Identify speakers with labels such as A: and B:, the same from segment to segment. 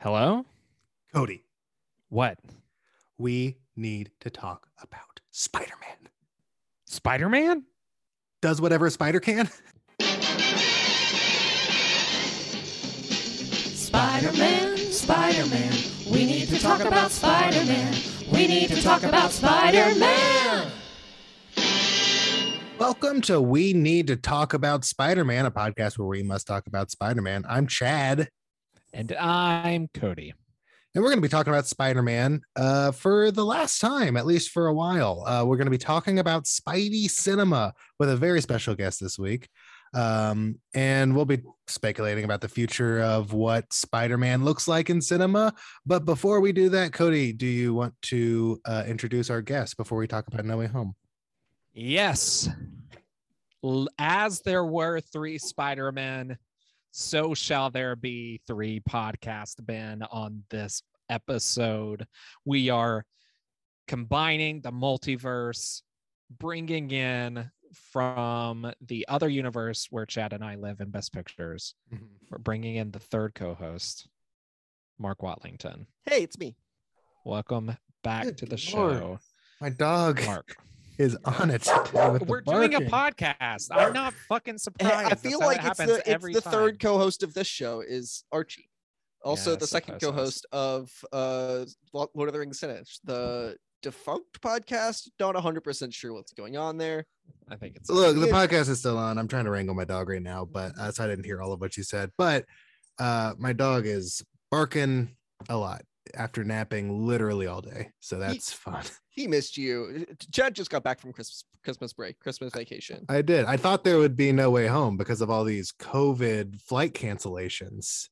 A: Hello?
B: Cody,
A: What?
B: we need to talk about Spider Man.
A: Spider Man?
B: Does whatever a spider can.
C: Spider-Man, Spider-Man, we need to talk about Spider-Man. We need to talk about Spider-Man.
B: Welcome to We Need to Talk About Spider Man, a podcast where we must talk about Spider Man. I'm Chad,
A: And I'm Cody.
B: and we're going to be talking about Spider Man uh, for the last time, at least for a while. Uh, we're going to be talking about Spidey Cinema with a very special guest this week. Um, and we'll be speculating about the future of what Spider Man looks like in cinema. But before we do that, Cody, do you want to uh, introduce our guest before we talk about No Way Home?
A: Yes. L- As there were three Spider Men, so shall there be three podcast men on this episode. We are combining the multiverse, bringing in from the other universe where Chad and I live in Best Pictures. We're bringing in the third co host, Mark Watlington.
D: Hey, it's me.
A: Welcome back
B: Good
A: to the
B: lord.
A: show,
B: My dog.
A: Mark.
B: is on it. today with the
A: We're doing a
B: barking.
A: podcast. I'm not fucking
D: Hey,
A: surprised.
D: I feel
A: That's how
D: like
A: it
D: it's
A: happens
D: the, it's
A: every
D: the
A: time.
D: third co-host of this show is Archie. Also,
A: Yeah,
D: the second
A: suppose so.
D: co-host of uh, Lo- Lord of the Rings Sinish, the defunct podcast. Not 100% sure what's going on there.
A: I think it's
B: Look, the podcast is still on. I'm trying to wrangle my dog right now, but
D: Mm-hmm.
B: uh, so I didn't hear all of what you said. But uh, my dog is barking a lot after napping literally all day, so that's fun.
D: He missed you. Chad just got back from Christmas Christmas break, Christmas vacation.
B: I did. I thought there would be no way home because of all these COVID flight cancellations,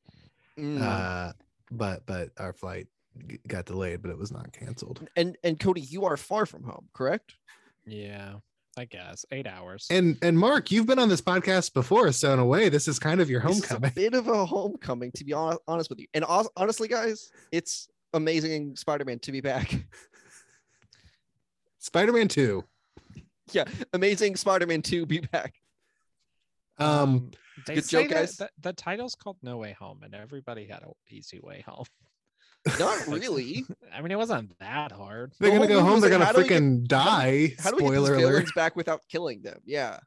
D: Mm.
B: uh, but but our flight g- got delayed, but it was not canceled.
D: Mm, and and Cody, you are far from home, correct?
A: yeah, I guess eight hours.
B: And and Mark, you've been on this podcast before, so in a way, this is kind of your
D: This is
B: homecoming.
D: a bit of a homecoming, to be hon- honest with you. And hon- honestly, guys, it's amazing Spider-Man to be back.
B: Spider-Man Two.
D: yeah, amazing Spider-Man 2 be back. Oh,
B: um
A: they
D: good
A: say
D: joke,
A: that
D: guys.
A: The, the title's called No Way Home, and everybody had an easy way home.
D: Not really.
A: I mean, it wasn't that hard.
B: They're
D: The
B: gonna
D: whole
B: go
D: movie
B: home.
D: was
B: They're
D: like,
B: gonna
D: how do we get-
B: freaking die.
D: How do
B: Spoiler
D: we get these
B: alert!
D: villains back without killing them? Yeah.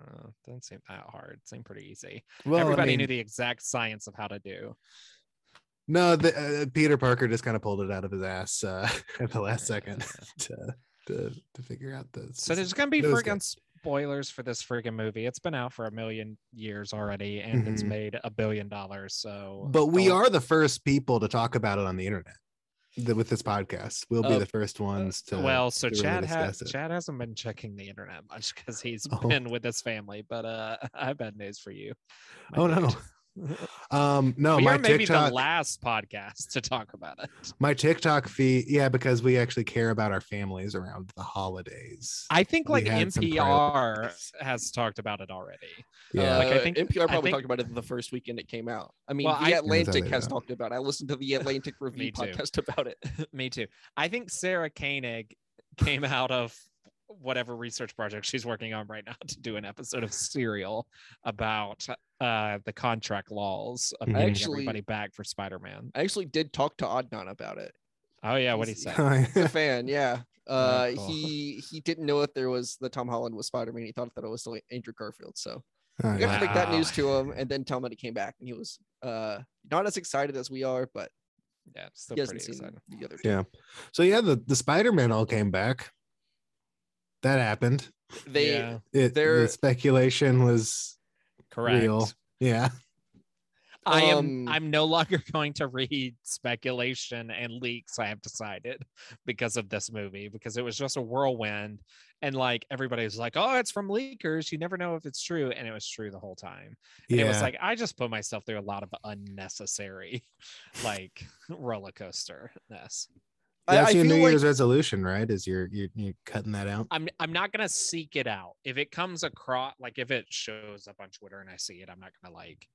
A: Uh, doesn't seem that hard. Seemed pretty easy.
B: Well, I
A: everybody knew
B: mean,
A: the exact science of how to do.
B: no, the, uh, Peter Parker just kind of pulled it out of his ass uh, at the last second to, to to figure out the.
A: So there's
B: specific-
A: gonna be
B: It was good.
A: friggin' spoilers for this friggin' movie. It's been out for a million years already, and it's
B: Mhm.
A: made a billion dollars. So,
B: but we
A: don't-
B: are the first people to talk about it on the internet the, with this podcast. We'll be
D: Uh,
B: the first ones to.
A: Oh, well. So
B: to really
A: Chad has
B: discuss it.
A: Chad hasn't been checking the internet much because he's
B: Oh.
A: been with his family. But uh, I have bad news for you. my
B: oh
A: dude.
B: no. Um no,
A: we
B: my
A: are maybe
B: TikTok
A: the last podcast to talk about it.
B: my TikTok feed, yeah, because we actually care about our families around the holidays.
A: I think
B: We
A: like
B: had some
A: NPR
B: priorities.
A: has talked about it already.
B: yeah.
A: like, I
D: Uh,
A: think-
D: NPR
A: I
D: probably
A: think-
D: talked about it the first weekend it came out. I mean,
A: Well, I-
D: The
A: Yeah,
D: Atlantic
B: they
D: has
B: don't.
D: talked about it. I listened to the Atlantic
A: Me
D: Review
A: too.
D: podcast about it.
A: Me too. I think Sarah Koenig came out of whatever research project she's working on right now to do an episode of Serial about uh, the contract laws of
B: Mhm.
A: getting
D: Actually-
A: everybody back for Spider-Man.
D: I actually did talk to Adnan about it.
A: Oh yeah, what he
D: He's-
A: said.
D: The fan, yeah.
B: Ah,
D: Uh,
A: cool.
D: He he didn't know that there was the Tom Holland was Spider Man. He thought that it was still Andrew Garfield. So
B: Oh,
D: you got
B: yeah.
D: to break that
A: Wow.
D: news to him, and then tell him that he came back, and he was uh not as excited as we are, but
A: Yeah, it's still
D: he
A: pretty
D: hasn't seen
A: exciting.
D: the other. Two.
B: Yeah. So yeah, the, the Spider-Man all came back. That happened.
D: They
A: Yeah,
B: It the
D: There-
B: speculation was
A: correct.
B: real. yeah.
A: I am
D: Um,
A: I'm no longer going to read speculation and leaks I have decided because of this movie because it was just a whirlwind and like everybody was like oh it's from leakers you never know if it's true and it was true the whole time and
B: Yeah.
A: it was like I just put myself through a lot of unnecessary like roller coaster ness
D: I, I
B: that's your
D: feel
B: New
D: like
B: Year's resolution, right? Is you're you're, you're cutting that out.
A: I'm I'm not gonna seek it out if it comes across like if it shows up on Twitter and I see it I'm not gonna like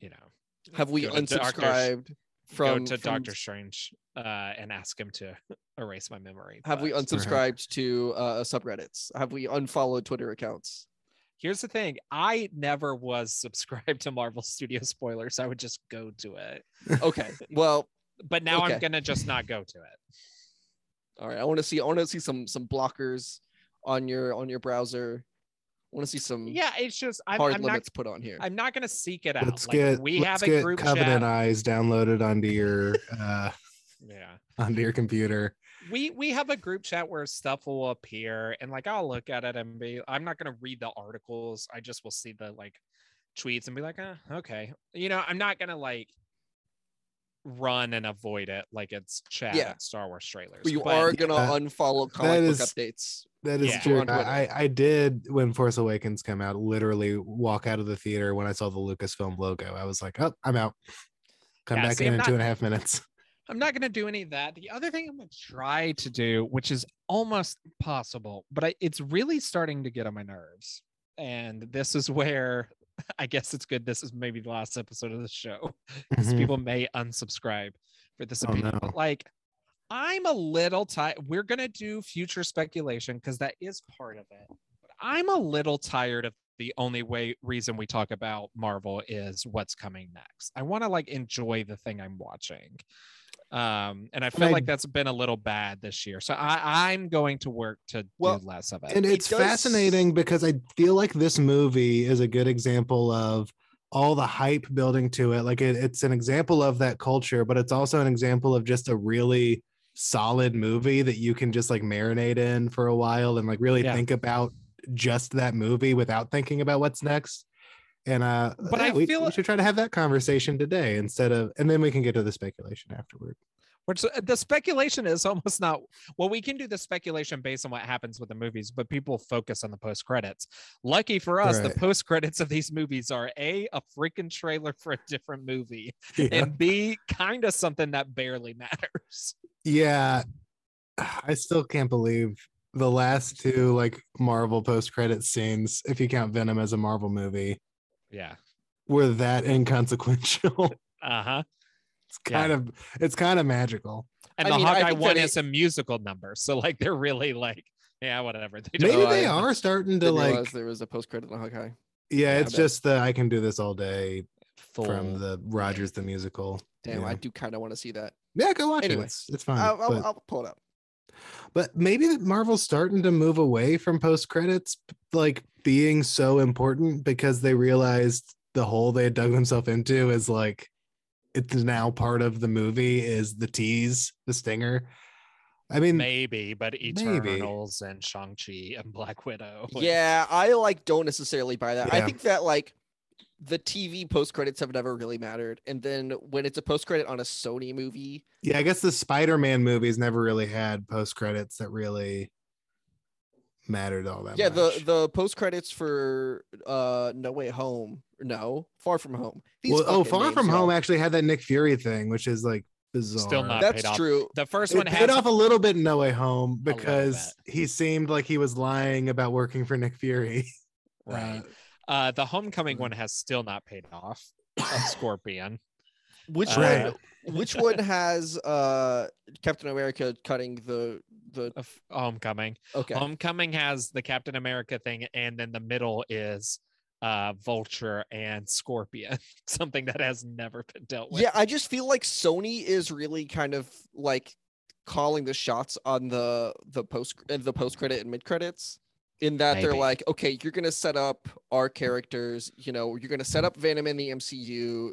A: you know
D: have we
A: go to Doctor Sh-
D: unsubscribed from
A: go to
D: from-
A: Doctor Strange uh, and ask him to erase my memory.
D: Have we
A: but-
D: unsubscribed to uh, subreddits? Have we unfollowed Twitter accounts?
A: Here's the thing I never was subscribed to Marvel Studio spoilers. I would just go to it.
D: Okay. Well,
A: But now I'm
D: Okay.
A: going to just not go to it.
D: all right. I want to see. I want to see some some blockers on your on your browser. I want to see some
A: Yeah, it's just, I'm,
D: Mm. hard
A: I'm not.
D: limits put on here.
A: I'm not gonna seek it out.
B: Let's
A: Like,
B: get
A: we
B: let's
A: have a
B: get
A: group
B: Covenant
A: chat.
B: Eyes downloaded onto your uh
A: Yeah.
B: onto your computer.
A: we we have a group chat where stuff will appear and like i'll look at it and be i'm not going to read the articles i just will see the like tweets and be like uh, okay you know i'm not going to like run and avoid it like it's chat
D: Yeah.
A: at star wars trailers
D: but you
A: But
D: are gonna
B: Yeah.
D: unfollow
B: That
D: comic
B: is-
D: book updates.
B: That is
A: Yeah.
B: true.
D: On Twitter.
B: I, I- I did when Force Awakens came out, literally walk out of the theater when I saw the Lucasfilm logo. I was like, oh, I'm out. Come
A: Yeah,
B: back
A: see,
B: in
A: I'm
B: in
A: not-
B: two and a half minutes.
A: i'm not going to do any of that the other thing i'm going to try to do which is almost impossible but I, it's really starting to get on my nerves and this is where i guess it's good this is maybe the last episode of the show because
B: Mhm.
A: people may unsubscribe for this
B: Oh,
A: opinion.
B: no.
A: But like, I'm a little tired. We're gonna do future speculation because that is part of it. But I'm a little tired of the only way reason we talk about Marvel is what's coming next. I want to like enjoy the thing I'm watching. Um, and I feel
B: I-
A: like that's been a little bad this year. So I, I'm going to work to
D: Well,
A: do less of it.
B: And it's
D: does-
B: fascinating because I feel like this movie is a good example of all the hype building to it. Like it, it's an example of that culture, but it's also an example of just a really solid movie that you can just like marinate in for a while and like really
A: Yeah.
B: think about just that movie without thinking about what's next. And uh
A: But I
B: we,
A: feel-
B: we should try to have that conversation today instead of and then we can get to the speculation afterward.
A: Which uh, the speculation is almost not well, we can do the speculation based on what happens with the movies, but people focus on the post credits. Lucky for us,
B: Right.
A: the post credits of these movies are A, a freaking trailer for a different movie,
B: Yeah.
A: and B, kind of something that barely matters.
B: Yeah, I still can't believe the last two like Marvel post credit scenes, if you count Venom as a Marvel movie,
A: Yeah.
B: were that inconsequential.
A: Uh huh.
B: it's kind of it's kind of magical.
A: And
D: I
A: the
D: mean, I
A: Hawkeye
D: think
A: one
D: that it-
A: is a musical number. So, like, they're really like, yeah, whatever. They don't
B: Maybe
D: know,
B: they
D: I-
B: are starting to
D: Didn't
B: like
D: realize there was a post credit on Hawkeye.
B: yeah,
D: yeah, I
B: it's
D: bet.
B: just the I can do this all day
A: full.
B: from the Rogers the musical.
D: Damn,
B: yeah.
D: I do kind of want to see that.
B: Yeah, go watch
D: Anyway,
B: it. It's, it's fine.
D: I'll,
B: but-
D: I'll, I'll pull it up.
B: but maybe that Marvel's starting to move away from post credits like being so important because they realized the hole they had dug themselves into is like it's now part of the movie is the tease, the stinger. I mean,
A: Maybe, but
B: Maybe.
A: Eternals and Shang-Chi and Black Widow. like,
D: Yeah, I like don't necessarily buy that. I
B: Yeah.
D: think that like the TV post credits have never really mattered, and then when it's a post credit on a Sony movie,
B: yeah, I guess the Spider-Man movies never really had post credits that really mattered all that
D: yeah,
B: much.
D: the the post credits for uh No Way Home, no Far From Home. These
B: well, oh,
D: fucking
B: Far
D: names,
B: From
D: y'all.
B: Home actually had that Nick Fury thing, which is like bizarre.
A: not paid
D: That's
A: off.
D: true.
A: The first
B: it
A: one
B: paid
A: had
B: off a little bit in No Way Home
A: little
B: because he seemed like he was lying about working for Nick Fury.
A: right.
B: Uh,
A: Uh, the homecoming
B: Mm.
D: Mm-hmm.
A: one has still not paid off. Of Scorpion.
D: Which
A: Uh,
B: Right.
D: one? Which one has uh Captain America cutting the the?
A: of homecoming.
D: Okay,
A: Homecoming has the Captain America thing, and then the middle is uh Vulture and Scorpion, something that has never been dealt with.
D: Yeah, I just feel like Sony is really kind of like calling the shots on the the post and the post credit and mid credits. In that they're
A: Maybe.
D: like, okay, you're gonna set up our characters. You know, you're gonna set up Venom in the MCU.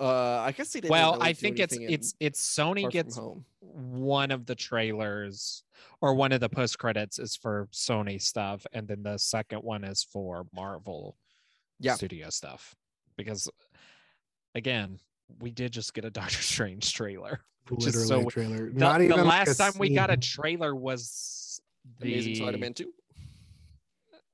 D: Uh, I guess they didn't.
A: Well,
D: really
A: I
D: do
A: think it's
D: anything in
A: it's it's Sony
D: Far From
A: gets
D: home.
A: one of the trailers or one of the post credits is for Sony stuff, and then the second one is for Marvel
D: Yeah.
A: studio stuff. Because again, we did just get a Doctor Strange trailer. Which is
B: Literally
A: so-
B: a trailer.
A: The,
B: Not
A: the
B: even like
A: last time we got a
B: scene.
A: trailer was the
D: Amazing Spider-Man Two,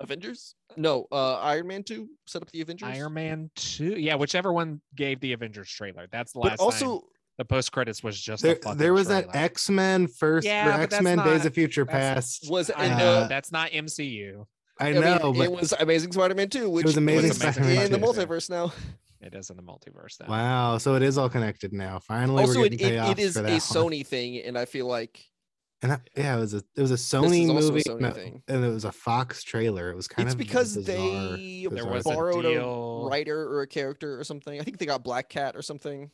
D: Avengers. No, uh, Iron Man Two set up the Avengers.
A: Iron Man Two. Yeah, whichever one gave the Avengers trailer. That's the last.
D: but also,
A: time the post credits was just a
B: there,
A: fucking
B: there was that
A: trailer.
B: X Men first
A: Yeah,
B: or
A: but that's
B: X Men Days
A: not-
B: of Future
A: that's-
B: Past.
D: was
A: I
D: and,
A: know
D: uh,
A: that's not MCU.
B: I,
D: I mean,
B: know,
D: it
B: but
D: was Amazing Spider-Man Two, which
B: was Amazing
D: is
B: Spider-Man
D: in the
B: 2.
D: multiverse now.
A: It is in the multiverse. Then.
B: wow, so it is all connected now. Finally,
D: also
B: we're
D: it,
B: getting
D: it,
B: payoff
D: it is
B: for
D: a
B: that one.
D: sony thing and i feel like
B: And that, yeah, it was a it was a
D: is
B: Sony
D: also a
B: movie,
D: Sony
B: and, a-
D: thing.
B: and it was a Fox trailer. It was kind
D: it's
B: of a
D: because
B: bizarre-
D: they
A: There
B: bizarre
A: was
B: thing.
A: a
D: borrowed a
A: deal.
D: writer or a character or something. I think they got Black Cat or something.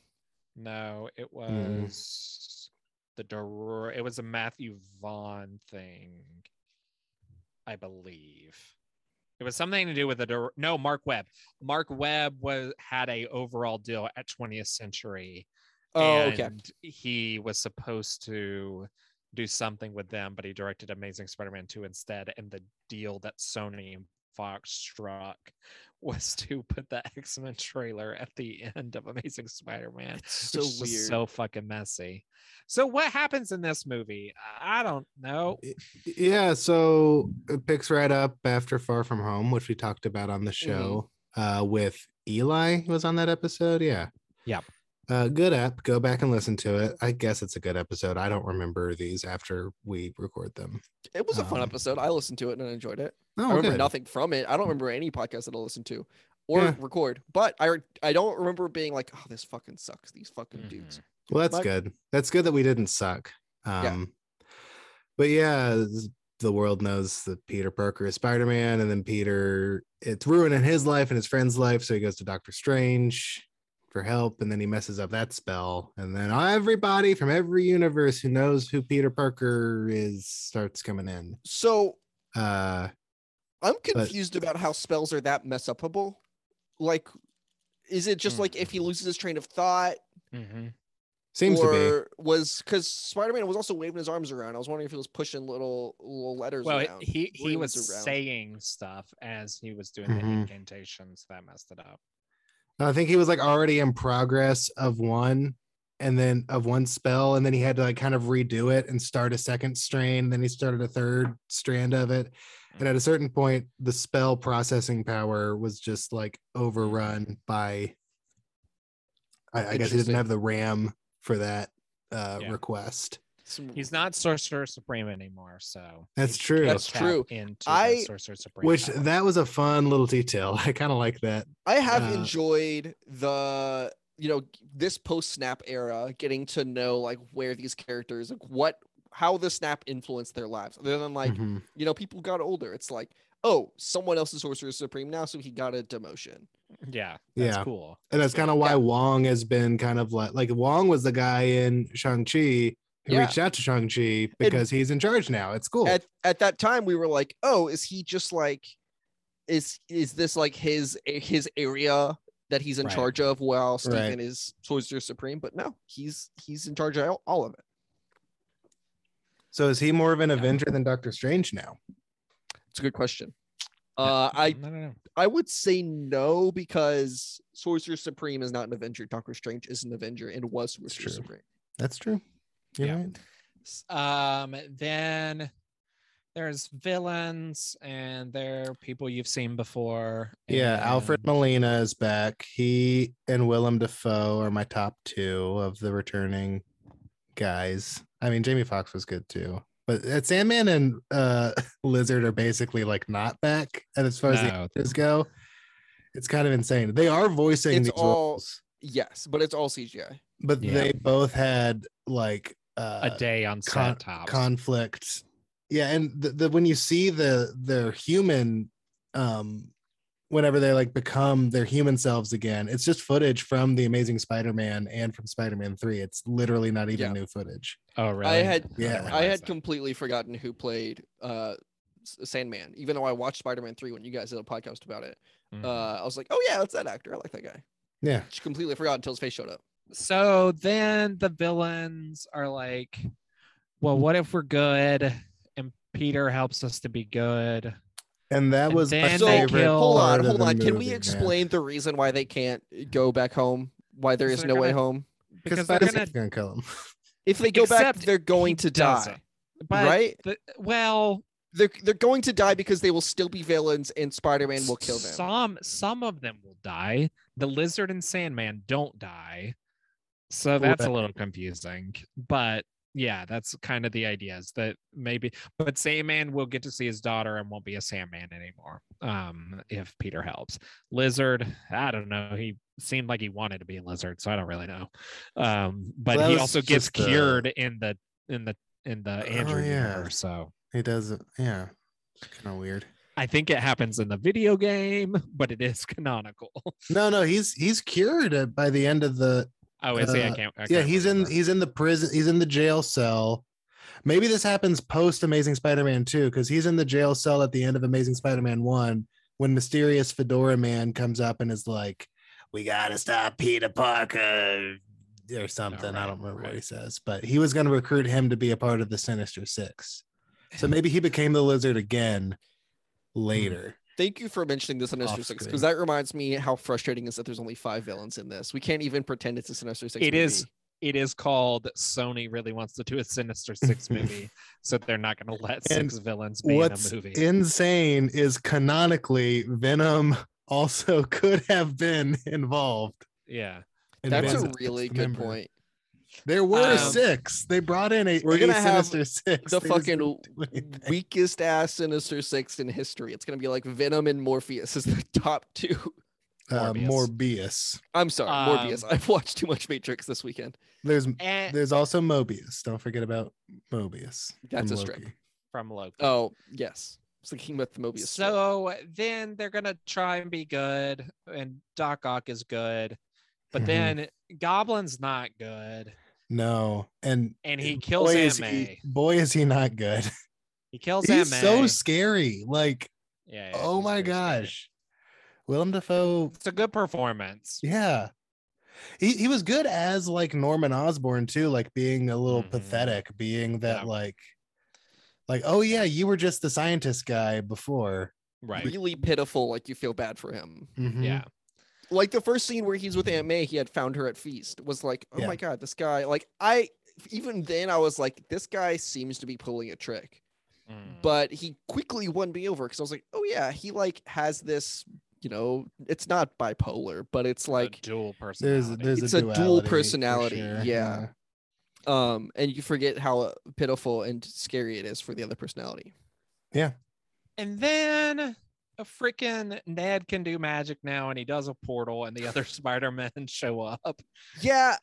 A: No, it
B: Mm.
A: was the dir- it was a Matthew Vaughn thing, I believe. It was something to do with the dir- no Mark Webb. Mark Webb was had a overall deal at 20th Century,
D: Oh,
A: and
D: okay.
A: he was supposed to do something with them, but he directed Amazing Spider-Man 2 instead. And the deal that Sony and Fox struck was to put the X-Men trailer at the end of Amazing Spider-Man
D: So
A: which is just
D: weird.
A: so fucking messy. So what happens in this movie? I don't know.
B: Yeah, so it picks right up after Far From Home, which we talked about on
D: Mm-hmm.
B: the show uh, with Eli who was on that episode. Yeah.
A: Yep.
B: Uh, good app. Go back and listen to it. I guess it's a good episode. I don't remember these after we record them.
D: It was a fun
B: Um,
D: episode. I listened to it and I enjoyed it.
B: Oh,
D: I remember
B: good.
D: nothing from it. I don't remember any podcast that I listened to or
B: Yeah.
D: record. But I I don't remember being like, oh, this fucking sucks. These fucking dudes.
B: Well, that's
D: Mike?
B: good. That's good that we didn't suck. Um,
D: Yeah.
B: But yeah, s- the world knows that Peter Parker is Spider Man, and then Peter, it's ruining his life and his friend's life. So he goes to Doctor Strange for help, and then he messes up that spell. And then everybody from every universe who knows who Peter Parker is starts coming in.
D: So
B: Uh,
D: I'm confused about how spells are that mess upable. Like, is it just like if he loses his train of thought, Mm-hmm.
A: Mhm.
B: seems
D: or
B: to
D: was because Spider-Man was also waving his arms around. I was wondering if he was pushing little little letters
A: Well,
D: around.
A: he he was
D: Words around.
A: saying stuff as he was doing the
B: Mhm.
D: Mm-hmm.
A: incantations that messed it up.
B: be. I think he was like already in progress of one. And then of one spell, and then he had to like kind of redo it and start a second strain. Then he started a third strand of it, And at a certain point, the spell processing power was just like overrun by. I, I guess he
D: Interesting.
B: didn't have the RAM for that uh,
A: Yeah.
B: request.
D: Some-
A: He's not Sorcerer Supreme anymore, so
B: That's
A: he
B: true.
A: can't
D: That's
A: tap
D: true.
A: Into the
D: I-
A: Sorcerer Supreme,
B: Which
A: power.
B: that was a fun little detail. I kind of like that.
D: I have
B: Uh,
D: enjoyed the you know this post snap era getting to know like where these characters like what how the snap influenced their lives other than like
A: Mm-hmm.
B: Mhm.
D: you know people got older it's like oh someone else is sorcerer supreme now so he got a demotion
A: yeah, that's
B: Yeah.
A: cool.
B: and that's kind of why
D: yeah.
B: Wong has been kind of like like Wong was the guy in Shang Chi who
D: Yeah.
B: reached out to Shang Chi because he's in charge now. It's cool.
D: at at that time we were like oh is he just like is is this like his his area that he's in
A: Right.
D: charge of while Stephen
B: Right.
D: is sorcerer supreme but no he's he's in charge of all- all of it
B: so is he more of an
A: Yeah.
B: Avenger than Doctor Strange now?
D: it's a good question uh i
A: I don't know.
D: I would say no because Sorcerer Supreme is not an Avenger. Doctor Strange is an Avenger and was Sorcerer
B: true.
D: Supreme.
B: That's true. You're
A: Yeah.
B: right.
A: S- Um, then there's villains and there are people you've seen before.
B: Yeah, Alfred
A: and-
B: Molina is back. He and Willem Dafoe are my top two of the returning guys. I mean, Jamie Foxx was good too, but uh, Sandman and uh, Lizard are basically like not back and as far as the
A: No.
B: actors go. It's kind of insane. They are voicing
D: It's
B: these
D: all-
B: roles,
D: Yes, but it's all CGI.
B: but
A: Yeah.
B: they both had like uh,
A: a day on
B: con-
A: set tops.
B: conflict yeah and the, the when you see the their human um whenever they like become their human selves again it's just footage from the amazing spider-man and from spider-man 3 it's literally not even
D: Yeah.
B: new footage
A: oh, really?
D: I had
A: didn't
B: Yeah.
A: realize
D: I had
A: that.
D: completely forgotten who played uh S- Sandman, even though I watched Spider-Man 3 when you guys did a podcast about it.
A: Mhm.
D: Uh I was like, oh yeah, that's that actor. I like that guy.
B: yeah
D: Just completely forgot until his face showed up.
A: so then the villains are like, well, what if we're good? And Peter helps us to be good.
B: and that
A: And
B: was my
A: then
D: they
B: favorite
A: kill-
D: Hold
B: part
D: on,
B: of
D: hold
B: the
D: on. Can
B: movie,
D: we
B: man.
D: explain the reason why they can't go back home? Why there
A: Because
D: is
A: they're
D: no way
A: gonna-
D: home?
A: Because they're
B: Spider-Man's
A: gonna,
B: gonna kill him
D: If they go back,
A: Except
D: they're going
A: he
D: to
A: doesn't.
D: die,
A: but
D: right?
A: the- well,
D: they're they're going to die because they will still be villains and Spider-Man will kill them.
A: Some some of them will die. The lizard and Sandman don't die, so that's a
B: Right.
A: little confusing. But yeah, that's kind of the idea is that maybe, but Sandman will get to see his daughter and won't be a Sandman anymore. Um, if Peter helps, Lizard, I don't know. He seemed like he wanted to be a lizard, so I don't really know. Um, but
B: that
A: he
B: was
A: also gets
B: just, uh,
A: cured in the in the in the
B: Oh,
A: Andrew
B: yeah.
A: universe. So
B: He does. Yeah. Kind of weird.
A: I think it happens in the video game, but it is canonical.
B: No, no, he's he's cured uh, by the end of the
A: Oh, is he? I
B: Uh,
A: can't. I
B: yeah
A: can't
B: he's in
A: remember.
B: he's in the prison he's in the jail cell maybe this happens post amazing spider-man 2 because he's in the jail cell at the end of amazing spider-man 1 when mysterious fedora man comes up and is like we gotta stop peter parker or something i
A: right,
B: don't remember what he
A: right.
B: says but he was going to recruit him to be a part of the sinister six so maybe he became the lizard again later
A: Hmm,
D: Thank you for mentioning the Sinister
B: Off
D: Six
B: screen.
D: because that reminds me how frustrating it is that there's only five villains in this. We can't even pretend it's a Sinister Six.
A: It
D: movie.
A: is- It is called Sony really wants to do a Sinister Six movie, so they're not going to let
B: And
A: six villains be in a
B: what's
A: movie.
B: insane is canonically venom also could have been involved
A: yeah.
B: And
D: That's
B: Ben's
D: a
B: the
D: really
B: sixth
D: good
B: member.
D: point.
B: There were
A: Um,
B: six. They brought in a.
D: we're
B: a
D: gonna have
B: Sinister six.
D: The
B: They just
D: fucking
B: didn't do
A: Mm,
B: anything.
D: weakest ass Sinister Six in history. It's gonna be like Venom and Morpheus is the top two.
B: uh,
A: Morbius.
B: Morbius.
D: I'm sorry, Morpheus.
A: Um,
D: I've watched too much Matrix this weekend.
B: There's
D: Eh.
A: And
B: there's also Mobius. Don't forget about Mobius.
D: That's
B: from
D: a strip.
B: Loki.
A: from Loki.
D: Oh yes, I was thinking about the Mobius. strip.
A: So then they're gonna try and be good, and Doc Ock is good, but
B: Mhm.
A: then Goblin's not good,
B: No, and
A: and he kills
B: boy
A: Aunt
B: is
A: May.
B: he, boy is he not good.
A: He kills Aunt
B: He's
A: May.
B: so scary. Like
A: yeah, yeah,
B: oh
A: he's
B: my
A: pretty scary.
B: gosh, Willem Dafoe.
A: it's a good performance.
B: Yeah, he he was good as like Norman Osborn too, like being a little
A: Mhm.
B: pathetic, being that
A: Yeah.
B: like like oh yeah, you were just the scientist guy before. Mm-hmm.
A: Right.
D: really pitiful. Like you feel bad for him.
A: Yeah.
D: Like the first scene where he's with Aunt May, he had found her at feast. Was like, oh
B: Yeah.
D: my god, this guy. Like I, even then, I was like, this guy seems to be pulling a trick.
B: Mm-hmm.
A: Mm.
D: but he quickly won me over because I was like, oh yeah, he like has this, you know, it's not bipolar, but it's
A: A
D: like,
A: dual
B: There's
A: personality.
B: there's
D: It's
B: a,
D: a dual
B: duality for
D: personality,
B: sure,
D: yeah. um, and you forget how uh, pitiful and scary it is for the other personality.
A: and then a freaking Ned can do magic now, and he does a portal, and the other Spider Men show up.
D: Yeah.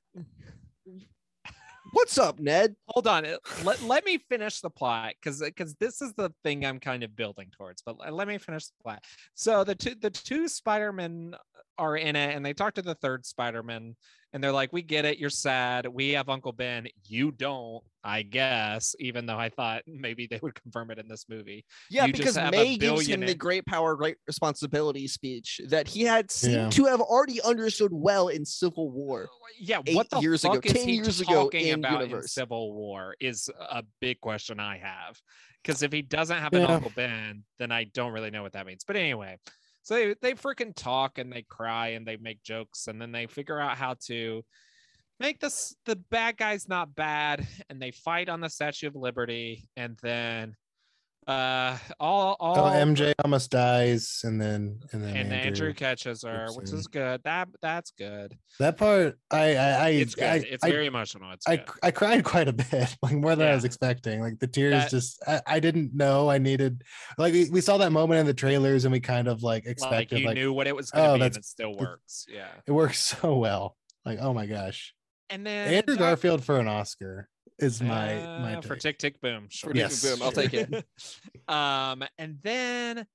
D: What's up, Ned?
A: hold on it- let, let me finish the plot because because this is the thing i'm kind of building towards but let- let me finish the plot so the two the two spider-men are in it and they talk to the third spider-man and they're like we get it you're sad we have uncle ben you don't i guess even though i thought maybe they would confirm it in this movie
D: Yeah,
A: You just
D: because
A: have a
D: May gives him the
A: billionaire-
D: great power, great responsibility speech that he had seemed
B: Yeah.
D: to have already understood well in Civil War.
A: yeah
D: Eight
A: what the
D: years ago,
A: fuck is
D: 10
A: he
D: years ago
A: talking
D: in
A: about in
D: universe.
A: civil war is a big question i have because if he doesn't have an
B: Yeah.
A: uncle ben then i don't really know what that means but anyway so they, they freaking talk and they cry and they make jokes and then they figure out how to make this the bad guys not bad and they fight on the statue of liberty and then uh all all
B: So MJ Oh, almost dies, and then and then
A: and
B: Andrew.
A: Andrew catches her,
B: Oops,
A: which
B: and-
A: is good. That that's good.
B: That part, I I I
A: It's good.
B: I,
A: it's
B: I,
A: very emotional. It's
B: I,
A: good.
B: I cried quite a bit, like more than I was
A: Yeah.
B: expecting. Like the tears
A: That-
B: just I, I didn't know I needed like we, we saw that moment in the trailers and we kind of like
A: like
B: expected
A: you
B: like,
A: knew what it was going to
B: oh,
A: be and
B: that's-
A: it still works yeah
B: it works so well. Like, oh my gosh.
A: and then
B: Andrew
A: Doc-
B: Garfield for an Oscar is my my
A: Uh, for
B: take.
A: tick tick boom sure.
D: Tick, Tick,
B: Yes, Boom,
D: I'll sure. take
A: um and then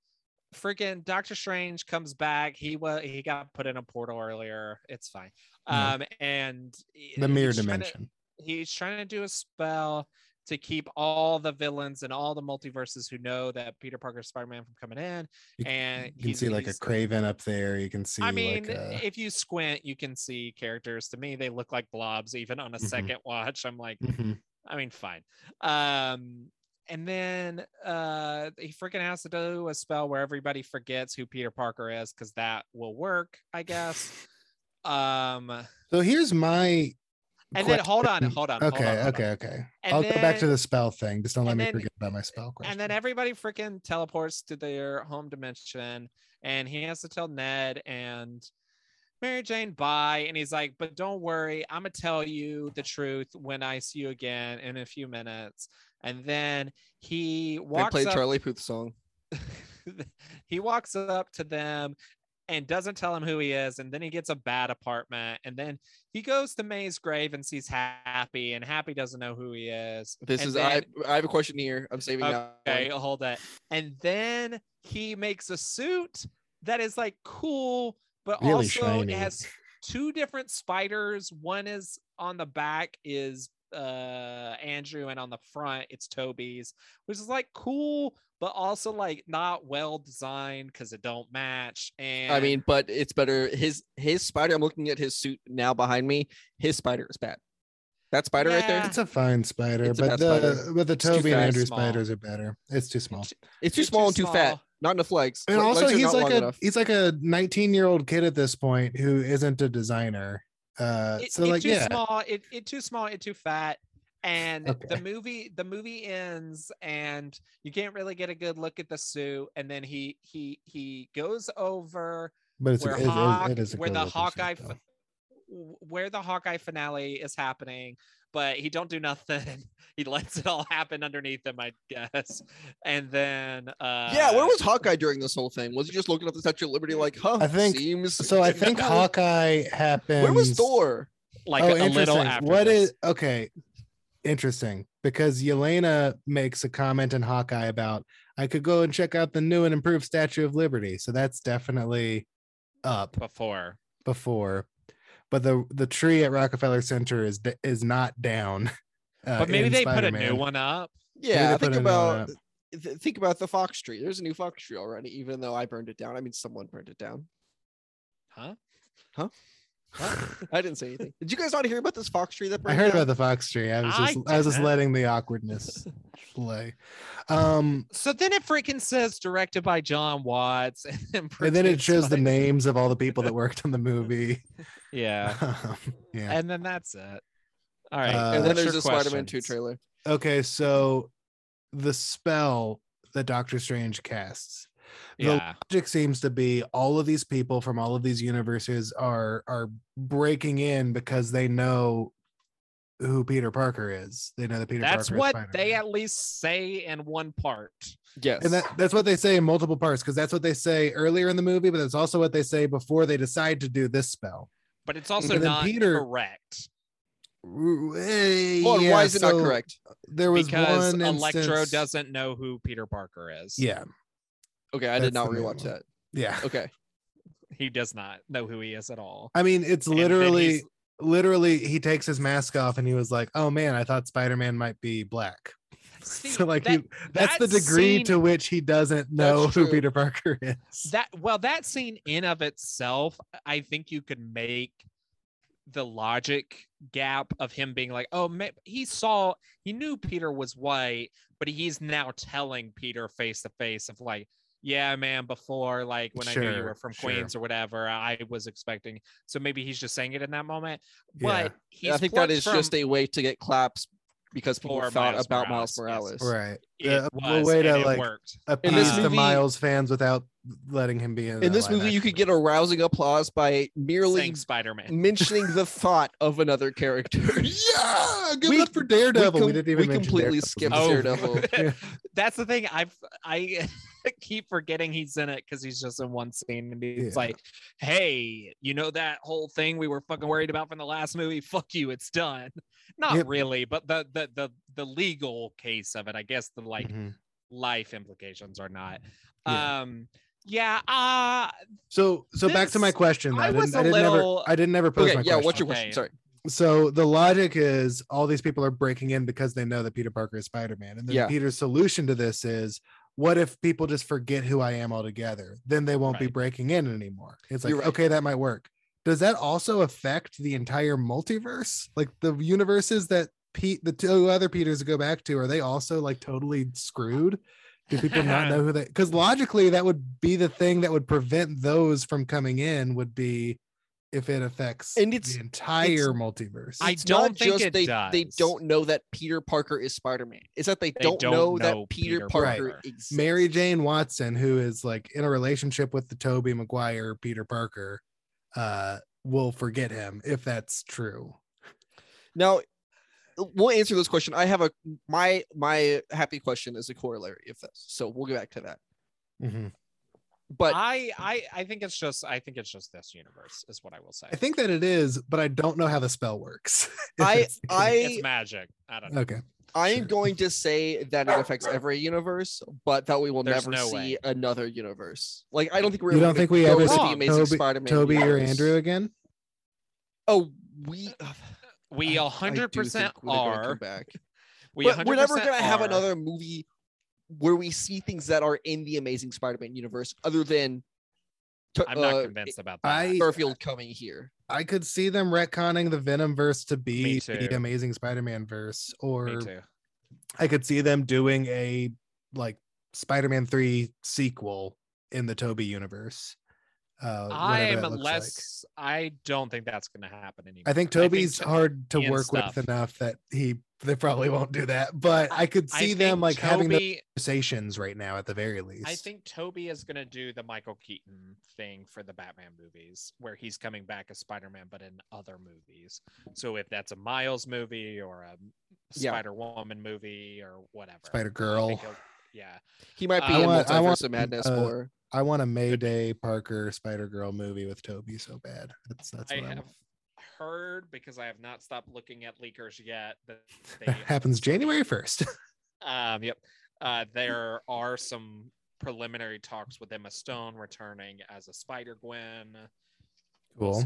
A: freaking Doctor Strange comes back he was he got put in a portal earlier it's fine
B: Yeah.
A: um and he-
B: Hmm. the mirror
A: he's trying to-
B: dimension.
A: he's trying to do a spell to keep all the villains and all the multiverses who know that Peter Parker is Spider-Man from coming in
B: You,
A: and
B: you can
A: he's-
B: see like a
A: he's-
B: craven up there. You can see
A: I mean,
B: like uh, a,
A: if you squint, you can see characters. To me, they look like blobs, even on a
B: Mhm.
A: second watch. I'm like,
B: Mhm.
A: I mean, fine. Um, and then uh, he freaking has to do a spell where everybody forgets who Peter Parker is because that will work, I guess. Um, and
B: So here's my.
A: then hold on,
B: question.
A: hold on. hold
B: Okay,
A: on, hold on.
B: okay, okay.
A: And
B: I'll go back to
A: then-
B: the spell thing. Just don't let
A: and
B: me
A: then-
B: forget about my spell question.
A: And then everybody freaking teleports to their home dimension, and he has to tell Ned and Mary Jane bye. And he's like, But don't worry, I'm gonna tell you the truth when I see you again in a few minutes. And then he
D: I
A: walks
D: played
A: up,
D: Charlie Puth song.
A: he walks up to them and doesn't tell him who he is. And then he gets a bad apartment. And then he goes to May's grave and sees Happy, and Happy doesn't know who he is.
D: This
A: And
D: is
A: then-
D: I. I have a question here. I'm saving that. one.
A: Okay, hold that. And then he makes a suit that is like cool, but
B: Really
A: also
B: shiny.
A: it has two different spiders. One is on the back is uh Andrew, and on the front it's Toby's, which is like cool, but also like not well designed because it don't match. And
D: I mean, but it's better. His his spider. I'm looking at his suit now behind me. His spider is bad. That spider right there.
A: Yeah.
B: It's a fine spider,
D: It's a
B: but
D: bad
B: the
D: spider.
B: but the
A: It's too
B: Toby and
A: fat,
B: Andrew
A: small.
B: spiders are better. It's too small.
D: It's too
A: It's too
D: small and too fat.
A: small.
D: Not enough legs.
B: And
D: Le-
B: also,
D: legs are
B: he's
D: not
B: like
D: long
B: a
D: enough.
B: he's like a 19 year old kid at this point who isn't a designer. Uh,
A: it,
B: so
A: it
B: like
A: too
B: yeah,
A: small it, it too small it too fat and the
B: Okay.
A: movie the movie ends and you can't really get a good look at the suit and then he he he goes over
B: but it's
A: where
B: it is-
A: Hawk,
B: it is a
A: where
B: good
A: the
B: looking suit,
A: Hawkeye
B: though.
A: f- w- where the Hawkeye finale is happening, but he don't do nothing. he lets it all happen underneath him, I guess. And then uh
D: yeah, where was Hawkeye during this whole thing? Was he just looking up the Statue of Liberty? Like, huh?
B: I think-
D: seems.
B: So I think Hawkeye happened.
D: Where was Thor?
A: like
B: oh,
A: a little
B: interesting.
A: after
B: What
A: this.
B: is okay? Interesting, because Yelena makes a comment in Hawkeye about I could go and check out the new and improved Statue of Liberty. So that's definitely up
A: before
B: before, but the the tree at Rockefeller Center is d- is not down. uh,
A: but maybe
B: in
A: they put a new
B: Spider-Man.
A: one up
B: Maybe
D: Yeah,
B: they
D: I think
B: put another one
D: about th- think about the Fox tree. There's a new Fox tree already, even though I burned it down. I mean, someone burned it down.
A: huh
D: Huh? I didn't say anything. Did you guys not hear about this Fox tree that
B: I
D: burned
B: heard
D: down?
B: about the fox tree. I was
A: I
B: just I was just
A: didn't.
B: letting the awkwardness play. Um
A: so then it freaking says directed by John Watts and then,
B: and then it
A: produced
B: shows
A: by-
B: the names of all the people that worked on the movie.
A: Yeah.
B: Um, yeah.
A: And then that's it. All right.
B: Uh,
D: And then
A: what's
D: there's
A: your
D: a Spider-Man 2
A: questions?
D: trailer.
B: Okay, so the spell that Doctor Strange casts. The
A: Yeah.
B: logic seems to be all of these people from all of these universes are are breaking in because they know who Peter Parker is. They know that Peter
A: That's
B: Parker is
A: what
B: Spider-Man.
A: they at least say in one part.
D: Yes.
B: and that, that's what they say in multiple parts because that's what they say earlier in the movie but that's also what they say before they decide to do this spell
A: But it's also
B: And then
A: not
B: Peter-
A: correct.
B: well,
D: Hold on, why is it not correct?
B: there was
A: Because
B: one
A: Electro
B: instance-
A: doesn't know who Peter Parker is.
B: yeah
D: Okay, I did
B: That's
D: not
B: the main
D: rewatch
B: one.
D: that.
B: yeah
D: Okay.
A: He does not know who he is at all.
B: i mean it's
A: And then
B: literally
A: he's-
B: literally he takes his mask off and he was like oh man i thought spider-man might be black
A: See,
B: so like
A: that,
B: he, that's the
A: that
B: degree
A: scene-
B: to which he doesn't know
D: That's
B: who
D: true.
B: peter parker is
A: that well, that scene in of itself, I think you could make the logic gap of him being like, oh, ma- he saw, he knew Peter was white, but he's now telling Peter face to face of like, yeah, man, before, like when I knew you
B: Sure,
A: were from
B: sure.
A: Queens or whatever, I was expecting. So maybe he's just saying it in that moment.
B: Yeah.
A: But he's
D: I think that
A: flipped
D: is
A: from-
D: just a way to get claps because people
A: For
D: thought
A: Miles
D: about
A: Morales,
D: Miles
A: yes.
D: Morales.
B: right
A: it
B: Yeah, a
A: was,
B: way
A: and
B: to,
A: it
B: like,
A: worked.
D: In this
B: appease the
D: movie-
B: miles fans without letting him be in,
D: In
B: the
D: this
B: live
D: movie, you could
B: action.
D: get a rousing applause by merely
A: Saying Spider-Man.
D: mentioning the thought of another character.
B: yeah, give
D: We-
B: it up for Daredevil. We,
D: com-
B: didn't even
D: we
B: mention
D: completely skipped
B: Daredevil.
D: Daredevil.
B: Yeah.
A: Oh. that's the thing i've i keep forgetting he's in it because he's just in one scene and he's
B: Yeah.
A: like hey you know that whole thing we were fucking worried about from the last movie fuck you it's done not
B: Yep.
A: really but the, the the the legal case of it i guess the like
B: Mhm.
A: life implications are not
B: Yeah.
A: um yeah uh
B: So, so back to my
A: This-
B: question.
A: I
B: I,
A: was
B: didn't. I
A: a
B: didn't
A: little-
B: ever. I didn't ever pose
D: Okay,
B: my
D: yeah.
B: question.
D: What's your
A: Okay.
D: question? Sorry.
B: So the logic is all these people are breaking in because they know that Peter Parker is Spider Man, and then
D: Yeah.
B: Peter's solution to this is, what if people just forget who I am altogether? Then they won't be
A: Right.
B: breaking in anymore. It's like,
D: You're right.
B: okay, that might work. Does that also affect the entire multiverse? Like the universes that Pete, the two other Peters go back to, are they also like totally screwed? Do people not know who they? Because logically, that would be the thing that would prevent those from coming in. Would be if it affects
D: And it's-
B: the entire multiverse.
A: I
D: It's not
A: don't think
D: just
A: it
D: they
A: does.
D: they don't know that Peter Parker is Spider Man. It's that they,
A: They
D: don't,
A: don't
D: know,
A: know
D: that Peter,
A: Peter
D: Parker
A: Parker.
D: exists.
B: Mary Jane Watson, who is like in a relationship with the Toby Maguire Peter Parker, uh, will forget him if that's true.
D: Now, uh, we'll answer this question. I have a
B: Mm-hmm.
D: my my happy question is a corollary of this, so we'll get back to that. But
A: I, I I think it's just I think it's just this universe is what I will say.
B: I think that it is, but I don't know how the spell works. If
D: I
B: it's-
D: I
A: it's magic. I don't know.
B: okay.
D: I am
B: sure.
D: going to say that it affects every universe, but that we will
A: There's
D: never
A: no
D: see
A: way.
D: another universe. Like I don't think we're
B: You
D: ever
B: don't
D: gonna
B: think we
D: go
B: ever
D: with
A: see
D: the Amazing
B: Toby-
D: Spider-Man
B: Toby or
D: universe.
B: Andrew again?
D: Oh, we
A: We
D: I- I do
A: hundred percent
D: think we're gonna come
A: are.
D: back.
A: We
D: but we're never
A: 100%
D: gonna have
A: are.
D: another movie where we see things that are in the Amazing Spider-Man universe, other than to-
A: I'm not
D: uh,
A: convinced about that.
B: I
D: Garfield coming here.
B: I could see them retconning the Venom verse to be
A: Me too.
B: the Amazing Spider-Man verse, or
A: Me too.
B: I could see them doing a like Spider-Man three sequel in the Toby universe. Uh,
A: I'm
B: whatever that looks like.
A: less. I don't think that's going to happen anymore.
B: I think Toby's
A: Ch-
B: hard to
A: and
B: work
A: stuff.
B: with enough that he they probably won't do that. But I could
A: I
B: see
A: think
B: them like having those
A: Toby-
B: conversations right now at the very least.
A: I think Toby is going to do the Michael Keaton thing for the Batman movies, where he's coming back as Spider-Man, but in other movies. So if that's a Miles movie or a
D: Yeah.
A: Spider-Woman movie or whatever,
B: Spider
A: I
B: Girl.
A: think he'll- Yeah,
D: He might be
A: I
D: in
B: want- I
D: Multiverse
B: want,
D: of Madness
B: uh,
D: or
B: I want a Mayday Parker Spider Girl movie with Toby so bad. That's that's
A: I
B: what I
A: have
B: want.
A: heard because I have not stopped looking at leakers yet. That they,
B: happens January first.
A: um, yep, uh, there are some preliminary talks with Emma Stone returning as a Spider Gwen.
B: Cool.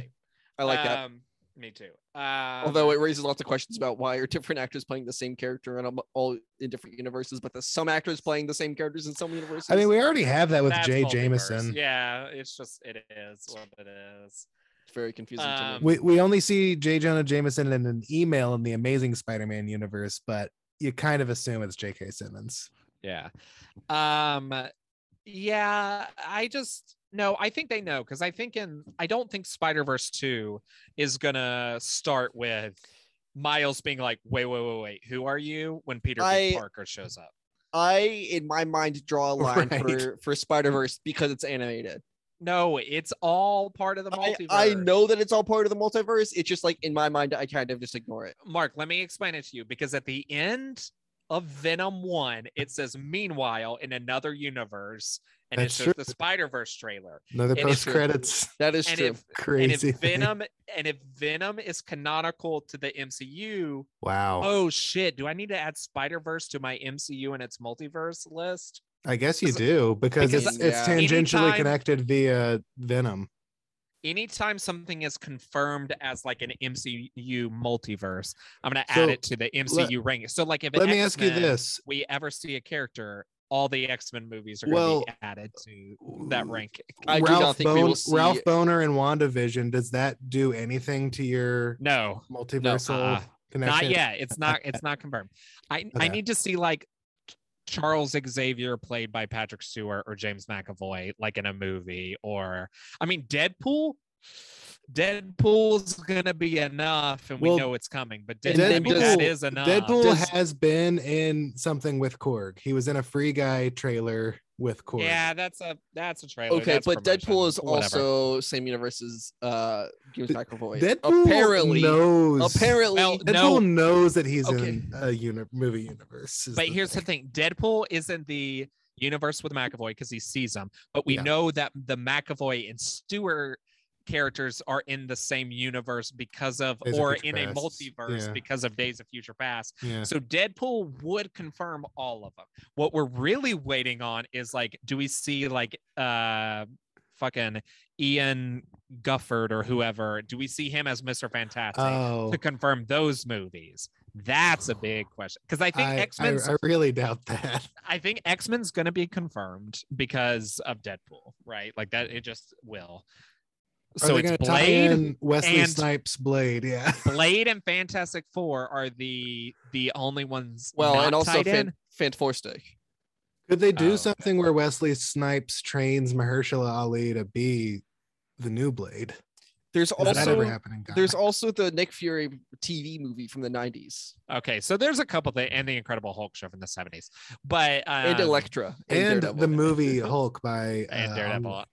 D: I like that.
A: Um, me too. Um,
D: Although it raises lots of questions about why are different actors playing the same character in al- all in different universes, but there's some actors playing the same characters in some universes.
B: I mean, we already have that with
A: That's
B: Jay
A: multiverse.
B: Jameson.
A: Yeah, it's just it is what it is.
D: it's very confusing to
A: um,
D: me.
B: We we only see Jay Jonah Jameson in an email in the Amazing Spider-Man universe, but you kind of assume it's J.K. Simmons.
A: Yeah. Um yeah, I just no, I think they know because I think in I don't think Spider-Verse 2 is gonna start with Miles being like, wait, wait, wait, wait, who are you? when Peter B.
D: I-
A: Parker shows up.
D: I, in my mind, draw a line
B: Right.
D: for for Spider Verse because it's animated.
A: No, it's all part of the
D: I,
A: multiverse.
D: I know that it's all part of the multiverse. It's just like in my mind, I kind of just ignore it.
A: Mark, let me explain it to you because at the end of Venom 1, it says meanwhile in another universe, and
B: That's
A: it shows
B: true.
A: the Spider-Verse trailer.
B: Another
A: And if-
B: post credits
D: That is
A: And
D: true.
A: if
B: crazy.
A: and if
B: thing.
A: Venom and if Venom is canonical to the MCU,
B: Wow.
A: oh shit, do I need to add Spider-Verse to my MCU and its multiverse list?
B: I guess you
A: because-
B: do because,
A: because
B: it's it's
D: I-
B: tangentially
A: anytime-
B: connected via Venom.
A: Anytime something is confirmed as like an MCU multiverse, I'm gonna
B: So,
A: add it to the MCU ranking. So like if
B: Let me ask you
A: X-Men,
B: this.
A: we ever see a character, all the X-Men movies are gonna
B: Well,
A: be added to that ranking.
D: I do not
B: Ralph,
D: think we will
B: Bone-
D: see-
B: Ralph Boner and WandaVision, does that do anything to your
A: No,
B: multiversal
A: uh-uh.
B: connection?
A: not yet. It's not it's not confirmed. I I
B: Okay.
A: need to see like Charles Xavier played by Patrick Stewart or James McAvoy like in a movie or I mean Deadpool Deadpool's gonna be enough and
B: Well,
A: we know it's coming but
B: And
A: Deadpool, I mean, that
B: Deadpool-
A: is enough
B: Deadpool
D: Does-
B: has been in something with Korg. He was in a Free Guy trailer with Korg.
A: yeah that's a that's a trailer
D: Okay,
A: that's
D: but
A: promotion,
D: Deadpool is
A: whatever.
D: also same universe as uh, James McAvoy.
B: Deadpool
D: apparently,
B: knows.
D: apparently,
A: Well,
B: Deadpool
A: No.
B: knows that he's
D: Okay.
B: in a uni- movie universe. is
A: but
B: the
A: here's the
B: thing.
A: thing Deadpool is in the universe with McAvoy because he sees him, but we
B: Yeah.
A: know that the McAvoy and Stewart characters are in the same universe because of
B: Days of
A: or
B: Future
A: in a
B: Past,
A: multiverse
B: yeah.
A: because of Days of Future Past.
B: Yeah.
A: So Deadpool would confirm all of them. What we're really waiting on is like, do we see like uh fucking Ian Gufford or whoever? Do we see him as Mr. Fantastic?
B: Oh,
A: to confirm those movies? That's a big question because I think
B: I,
A: X Men's
B: I, I really doubt that.
A: I think X Men's gonna be confirmed because of Deadpool, right? Like that, it just will.
B: Are
A: so
B: they
A: it's
B: gonna tie
A: Blade,
B: in Wesley
A: and-
B: Snipes Blade. Yeah.
A: Blade, and Fantastic Four are the the only ones.
D: well,
A: not
D: and also
A: tied
D: fan,
A: in.
D: Fantastic.
B: Could they do
A: Oh,
B: something where Wesley Snipes trains Mahershala Ali to be the new Blade?
D: There's
B: Is that ever
D: also
B: happening? God.
D: there's also the Nick Fury TV movie from the 90s
A: Okay, so there's a couple things, and the Incredible Hulk show from the '70s, but um,
D: and Electra
B: and
D: Daredevil.
B: the movie Hulk by
A: and
D: um,
B: uh,
A: Daredevil,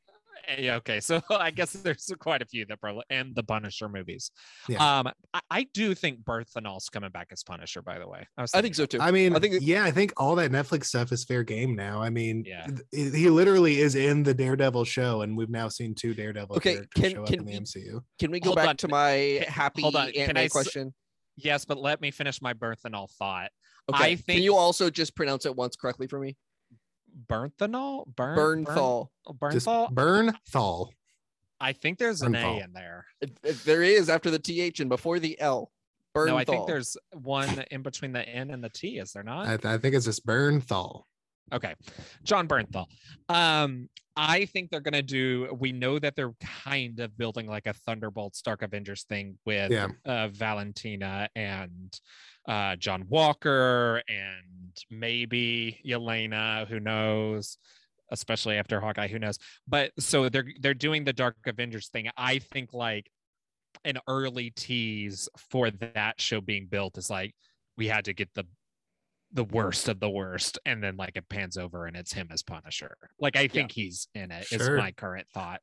A: Eh, yeah, okay. So I guess there's quite a few that probably and the Punisher movies.
B: Yeah.
A: Um, I, I do think Berthanol's coming back as Punisher. By the way, I, was
D: I think
A: thinking
D: so
B: I
D: too.
B: mean,
D: I think-
B: yeah, I think all that Netflix stuff is fair game now. I mean,
A: Yeah.
B: th- he literally is in the Daredevil show, and we've now seen two Daredevil
D: Okay,
B: characters
D: can-
B: show up
D: can
B: in the
D: we-
B: MCU.
D: Can we go
A: Hold
D: back
A: on.
D: to my
A: Can-
D: happy
A: hold on. Can
D: Ant
A: I
D: Man
A: s-
D: question?
A: about- Yes, but let me finish my Berthanol thought.
D: Okay.
A: I
D: Can
A: think-
D: you also just pronounce it once correctly for me?
A: Berthanol, Burn,
D: Bernthal.
B: Just
A: Bernthal.
B: burn Thal.
A: I think there's an A
B: Bernthal.
A: in there.
D: If- if There is after the th and before the l. Bernthal.
A: No, I think there's one in between the N and the T. Is there not?
B: I, th- I think it's just burn Thal.
A: Okay. John Bernthal. Um, I think they're gonna do we know that they're kind of building like a Thunderbolt Stark Avengers thing with
B: Yeah.
A: uh Valentina and uh John Walker and maybe Yelena, who knows, especially after Hawkeye, who knows. But so they're they're doing the Dark Avengers thing. I think like an early tease for that show being built is like we had to get the the worst of the worst and then like it pans over and it's him as punisher like i think he's in it. Is
B: Sure.
A: my current thought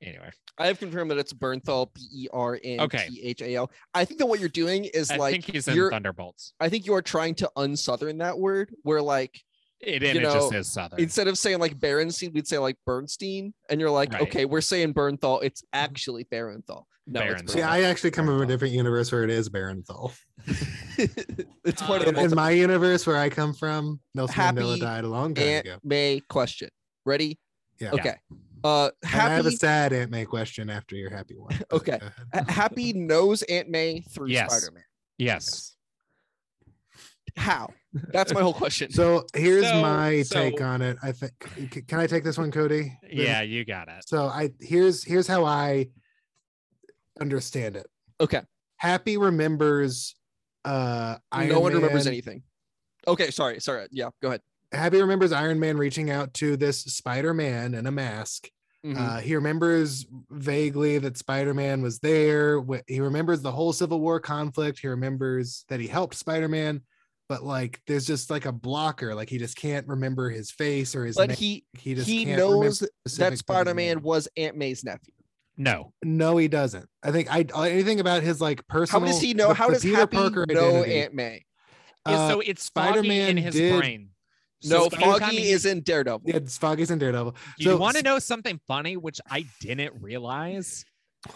A: anyway
D: I have confirmed that it's Bernthal. B e r n
A: Okay.
D: t h a l. I think that what you're doing is
A: i
D: like
A: think he's in
D: you're-
A: thunderbolts
D: I think you are trying to unsouthern that word, where like
A: it, and
D: you
A: it just
D: know,
A: is southern
D: instead of saying like Berenstein, we'd say like Bernstein, and you're like,
A: Right.
D: okay, we're saying Bernthal. It's actually Berenthal. No, it's
A: Berenthal.
B: See,
A: Burn
B: I actually come from a
A: Thal.
B: different universe where it is Baron Thal.
D: Bernthal. it's part of the
B: In, in
D: multi-
B: my universe where I come from, Nelson
D: Happy
B: Mandela died a long time
D: Aunt
B: ago.
D: May question. Ready?
B: Yeah.
D: Okay. Uh,
B: And I have
D: happy.
B: a sad Aunt May question after your happy one. but
D: Okay.
B: go ahead.
D: Ha- Happy knows Aunt May through
A: Yes.
D: Spider-Man.
A: yes
D: How? That's my whole question.
B: So here's
A: So-
B: my
A: so-
B: take on it. I think c- can I take this one, Cody?
A: yeah you got it
B: So I here's here's how I understand it.
D: Okay.
B: Happy remembers uh Iron
D: no one remembers
B: Man-
D: anything. Okay, sorry, sorry. Yeah, go ahead.
B: Happy remembers Iron Man reaching out to this Spider-Man in a mask
A: Mm-hmm.
D: Mhm.
B: Uh, he remembers vaguely that Spider Man was there. wh- He remembers the whole Civil War conflict. He remembers that he helped Spider Man, but like there's just like a blocker. Like he just can't remember his face or his
D: but
B: name.
D: he
B: He just
D: he
B: can't remember
D: knows
B: specific
D: that
B: things.
D: Spider-Man was Aunt May's nephew.
A: no
B: No, he doesn't. I think I anything about his like
D: How
B: personal.
D: does he know?
B: the-
D: How
B: the
D: does
B: Peter
D: Happy
B: Parker
D: know
B: identity,
D: Aunt May?
A: Yeah,
B: uh,
A: so it's foggy in
B: Spider-Man
A: his
B: did-
A: brain
D: No,
A: So anytime
D: Foggy
A: he-
D: is in Daredevil.
B: yeah, it's Foggy's in Daredevil.
A: you
B: so-
A: want to know something funny which i didn't realize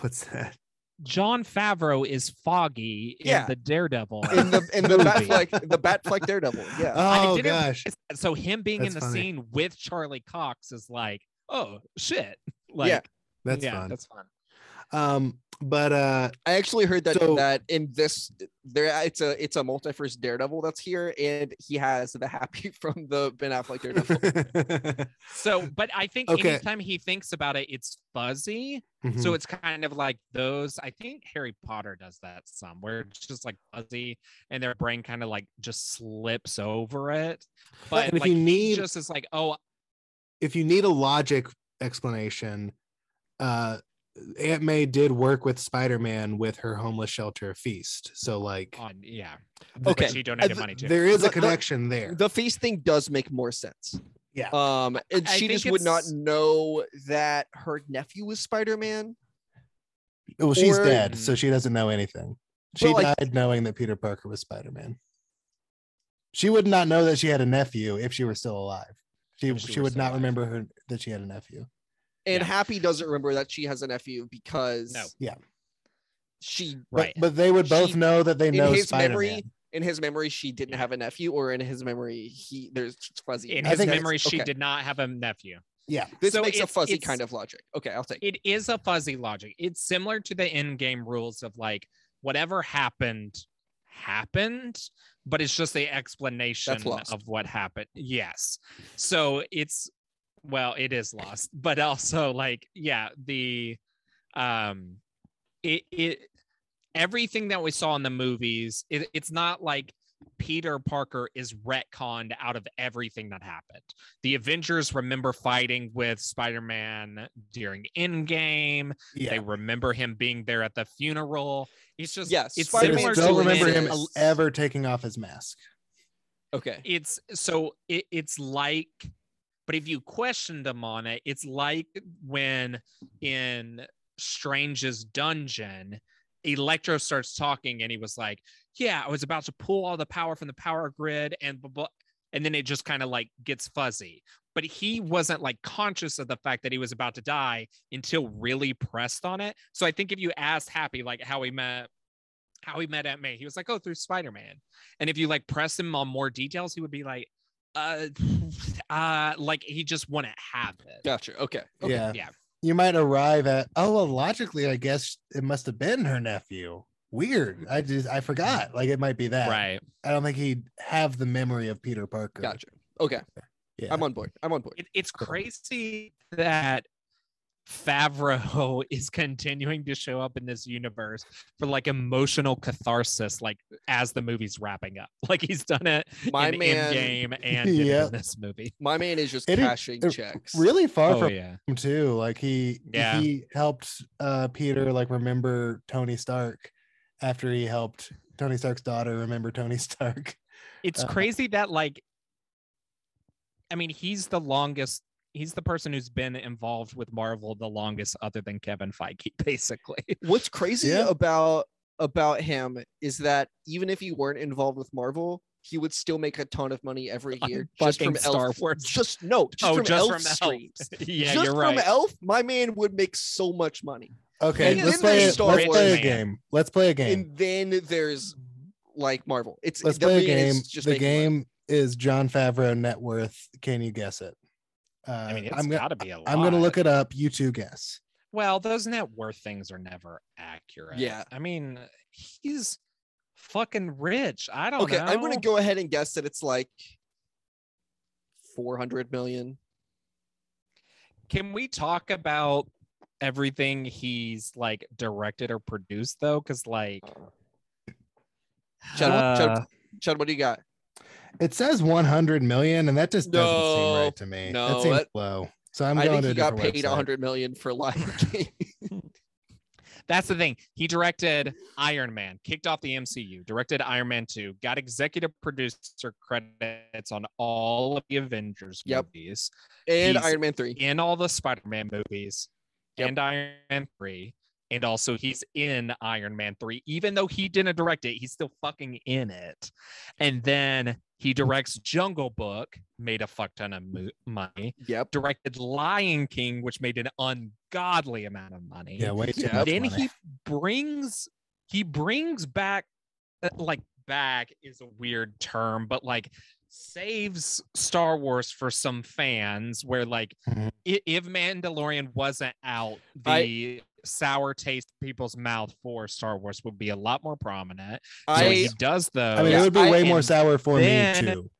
B: What's that?
A: john favreau is foggy in
D: Yeah.
A: the daredevil
D: In the in the
A: movie.
D: Batfleck the Batfleck Daredevil. Yeah.
B: Oh
A: didn't-
B: gosh,
A: so him being in
B: That's
A: the
B: funny.
A: scene with charlie cox is like oh shit like
B: that's
A: yeah,
B: fun.
A: that's fun
B: um, but uh,
D: I actually heard that
B: So-
D: that in this there it's a it's a multiverse Daredevil that's here and he has the happy from the Ben Affleck Daredevil.
A: So, but I think
B: Okay.
A: anytime he thinks about it, it's fuzzy.
B: Mm-hmm.
A: So it's kind of like those. I think Harry Potter does that some, where it's just like fuzzy, and their brain kind of like just slips over it. But
B: and if
A: like,
B: you
A: he
B: need-
A: just is like, oh,
B: if you need a logic explanation, uh, Aunt May did work with Spider Man with her homeless shelter feast. So like,
A: on yeah,
B: th-
D: Okay.
A: Which he
B: uh,
A: donated money to.
B: th- there is a
D: The- the-
B: connection there.
D: The feast thing does make more sense.
B: Yeah.
D: Um, and
A: I
D: she just
A: think
D: would not
A: it's-
D: know that her nephew was Spider Man.
B: well, she's
D: or-
B: dead, so she doesn't know anything.
D: But,
B: She
D: like-
B: died knowing that Peter Parker was Spider Man. She would not know that she had a nephew if she were still alive. She
A: If she
B: she,
A: were
B: would
A: still
B: not
A: alive.
B: remember her that she had a nephew.
D: And
A: Yeah.
D: Happy doesn't remember that she has a nephew because
A: No.
B: Yeah.
D: she
B: But-
A: right.
B: But, they would both
D: She-
B: know that they
D: in
B: know
D: his
B: Spider Man.
D: memory, in his memory she didn't have a nephew, or in his memory he there's it's fuzzy.
A: in
B: I
A: his
B: think
A: memory, she
D: okay.
A: did not have a nephew.
B: Yeah.
D: This
A: So
D: makes a
A: it's-
D: fuzzy
A: it's-
D: kind of logic. Okay, I'll take. It,
A: it is a fuzzy logic. It's similar to the end game rules of like whatever happened happened, but it's just the explanation
D: lost.
A: of what happened. Yes. So it's well, it is lost, but also like yeah, the um it it everything that we saw in the movies, it, it's not like Peter Parker is retconned out of everything that happened the Avengers remember fighting with Spider Man during Endgame.
B: Yeah.
A: They remember him being there at the funeral. It's just,
D: Yes,
A: it's
B: I
A: similar
D: Spider-Man
B: just
A: to
B: don't
D: Superman
B: remember
A: his-
B: him
D: is-
B: ever taking off his mask.
D: okay.
A: It's so it, it's like But if you question them on it, it's like when in Strange's dungeon, Electro starts talking and he was like, Yeah, I was about to pull all the power from the power grid and blah, blah. And then it just kind of like gets fuzzy. But he wasn't like conscious of the fact that he was about to die until really pressed on it. So I think if you asked Happy like how he met how he met Aunt May, he was like, Oh, through Spider-Man. And if you like press him on more details, he would be like, uh, uh, like he just wouldn't have it.
D: Gotcha. Okay. okay.
B: yeah.
A: yeah.
B: You might arrive at, oh, well, logically, I guess it must have been her nephew. Weird. I just, I forgot. Like it might be that.
A: Right.
B: I don't think he'd have the memory of Peter Parker.
D: Gotcha. Okay.
B: Yeah.
D: I'm on board. I'm on board.
A: It, it's crazy that Favreau is continuing to show up in this universe for like emotional catharsis, like as the movie's wrapping up. Like he's done it
D: My
A: in
D: man-
A: Endgame and did it
B: Yep.
A: in this movie.
D: My man is just
B: It is-
D: cashing
B: it
D: checks.
B: Really far
A: oh
B: from
A: yeah.
B: him too. Like he
A: Yeah.
B: he helped uh Peter like remember Tony Stark after he helped Tony Stark's daughter remember Tony Stark.
A: It's
B: Uh,
A: crazy that like I mean, he's the longest he's the person who's been involved with Marvel the longest other than Kevin Feige, basically.
D: What's crazy
B: Yeah.
D: about about him is that even if he weren't involved with Marvel, he would still make a ton of money every year just
A: fucking
D: from
A: Star
D: Elf.
A: Wars.
D: Just no, just
A: oh,
D: from
A: just
D: Elf
A: from Elf.
D: streams.
A: yeah,
D: just
A: you're
D: from
A: right.
D: Elf, my man would make so much money.
B: Okay,
A: And
B: let's
A: then
B: play,
A: there's
B: a,
A: Star
B: let's
A: Wars
B: play a
A: Man.
B: game. Let's play a game.
D: And then there's like Marvel. It's
B: Let's
D: the
B: play a
D: man is
B: game.
D: Just
B: The
D: making money.
B: game is John Favreau net worth. Can you guess it? Uh,
A: I mean, it's
B: I'm gonna
A: gotta be a lot.
B: I'm gonna look it up. You two guess.
A: Well, those net worth things are never accurate.
D: Yeah.
A: I mean, he's fucking rich. I don't
D: Okay,
A: know.
D: I'm gonna go ahead and guess that it's like 400 million.
A: Can we talk about everything he's like directed or produced though? Because like,
D: Chad, Chad, Chad, what do you got?
B: It says 100 million, and that just doesn't seem
D: No,
B: right to me.
D: no,
B: that seems
D: that-
B: low. So I'm
D: i
B: going
D: think
B: to
D: he
B: a
D: got
B: different
D: paid
B: website.
D: 100 million for Lion King.
A: That's the thing. He directed Iron Man, kicked off the MCU, directed Iron Man 2, got executive producer credits on all of the Avengers
D: Yep.
A: movies,
D: and
A: He's-
D: Iron Man 3.
A: in all the Spider Man movies,
D: Yep.
A: and Iron Man 3. And also, he's in Iron Man 3. Even though he didn't direct it, he's still fucking in it. And then he directs Jungle Book, made a fuck ton of mo- money,
D: Yep.
A: directed Lion King, which made an ungodly amount of money
B: Yeah, way too
D: Yeah.
B: much
A: then
B: money.
A: he brings he brings back uh, like back is a weird term but like saves star wars for some fans where like
D: Mm-hmm.
B: Mhm.
A: i- if mandalorian wasn't out
D: I-
A: the sour taste in people's mouth for star wars would be a lot more prominent so he
D: I
A: does though
B: I mean,
D: yeah,
B: it would be
D: I-
B: way more
A: and
B: sour for
A: then-
B: me too.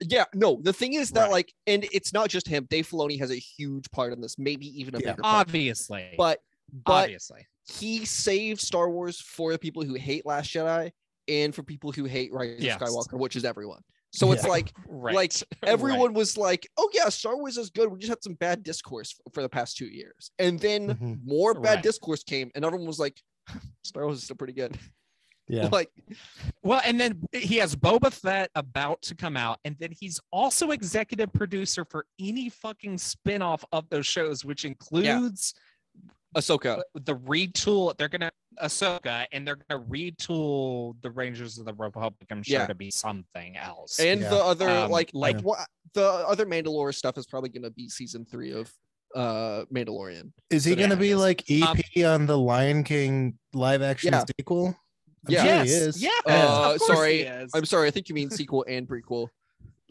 D: yeah, no, the thing is that
A: Right.
D: like and it's not just him. Dave Filoni has a huge part in this, maybe even a
B: Yeah.
D: bigger part.
A: obviously
D: But but
A: obviously
D: he saved Star Wars for the people who hate Last Jedi and for people who hate Rise
A: Yes.
D: of Skywalker, which is everyone. So it's
B: Yeah.
D: like
A: right
D: like
A: Right.
D: everyone was like, "Oh yeah, Star Wars is good. We just had some bad discourse f- for the past two years." And then
B: Mhm.
D: more bad
A: Right.
D: discourse came, and everyone was like, "Star Wars is still pretty good."
B: Yeah.
D: like
A: Well, and then he has Boba Fett about to come out, and then he's also executive producer for any fucking spinoff of those shows, which includes uh,
D: Ahsoka.
A: the retool. They're gonna Ahsoka, and they're gonna retool the Rangers of the Republic. I'm sure
D: Yeah.
A: to be something else.
D: and
B: Yeah.
D: the other
A: Um,
D: like
A: like-
D: like what the other Mandalore stuff is probably going to be season three of uh Mandalorian.
B: Is he
D: So,
B: going to
D: yeah,
B: be
D: yes.
B: like EP
A: Um,
B: on the Lion King live action
D: Yeah.
B: sequel? I'm
D: Yeah.
B: sure
A: yes,
B: he is.
A: yes,
D: Uh,
A: of course he
D: sorry,
A: is.
D: I'm sorry, I think you mean sequel and prequel.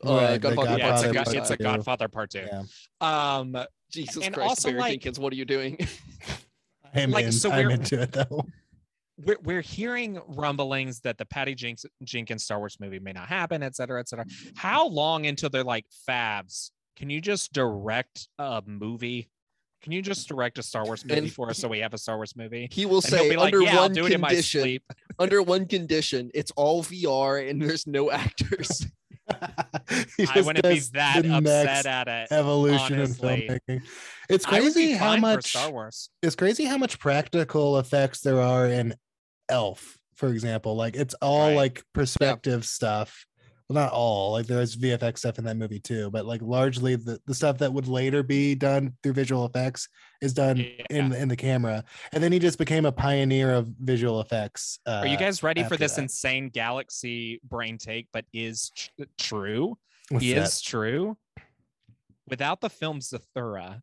D: Uh,
B: Right, the
D: Godfather,
A: yeah, it's a,
D: Godfather
A: go-
D: Part
A: it's a
B: Two.
A: Godfather Part Two.
B: Yeah.
A: Um,
D: Jesus
A: And
D: Christ,
A: also,
D: Barry
A: like-
D: Jenkins, what are you doing?
B: I'm,
A: Like,
B: in.
A: so
B: I'm
A: we're-
B: into it though.
A: we're, we're hearing rumblings that the Patty Jenks, Jenkins Star Wars movie may not happen, et cetera, et cetera.
B: Mm-hmm.
A: How long until they're like, Fabs, can you just direct a movie? Can you just direct a Star Wars movie
D: And
A: for us so we have a Star Wars movie?
D: He will
A: And he'll
D: say
A: be like,
D: under
A: yeah, I'll
D: one
A: do it in my
D: condition,
A: sleep.
D: under one condition, it's all VR and there's no actors.
B: He
A: I
B: just
A: wouldn't be
B: does
A: that
B: the
A: upset
B: next
A: at it.
B: evolution
A: honestly.
B: in filmmaking. It's
A: I would be
B: crazy how
A: fine for
B: much
A: Star Wars.
B: it's crazy how much practical effects there are in Elf, for example. Like it's all
A: Right.
B: like perspective stuff, well not all like there's vfx stuff in that movie too but like largely the, the stuff that would later be done through visual effects is done in in the camera and then he just became a pioneer of visual effects uh,
A: Are you guys ready for
B: after
A: this
B: that.
A: insane galaxy brain take? But is tr- true.
B: what's
A: is
B: that?
A: true. Without the films Zathura,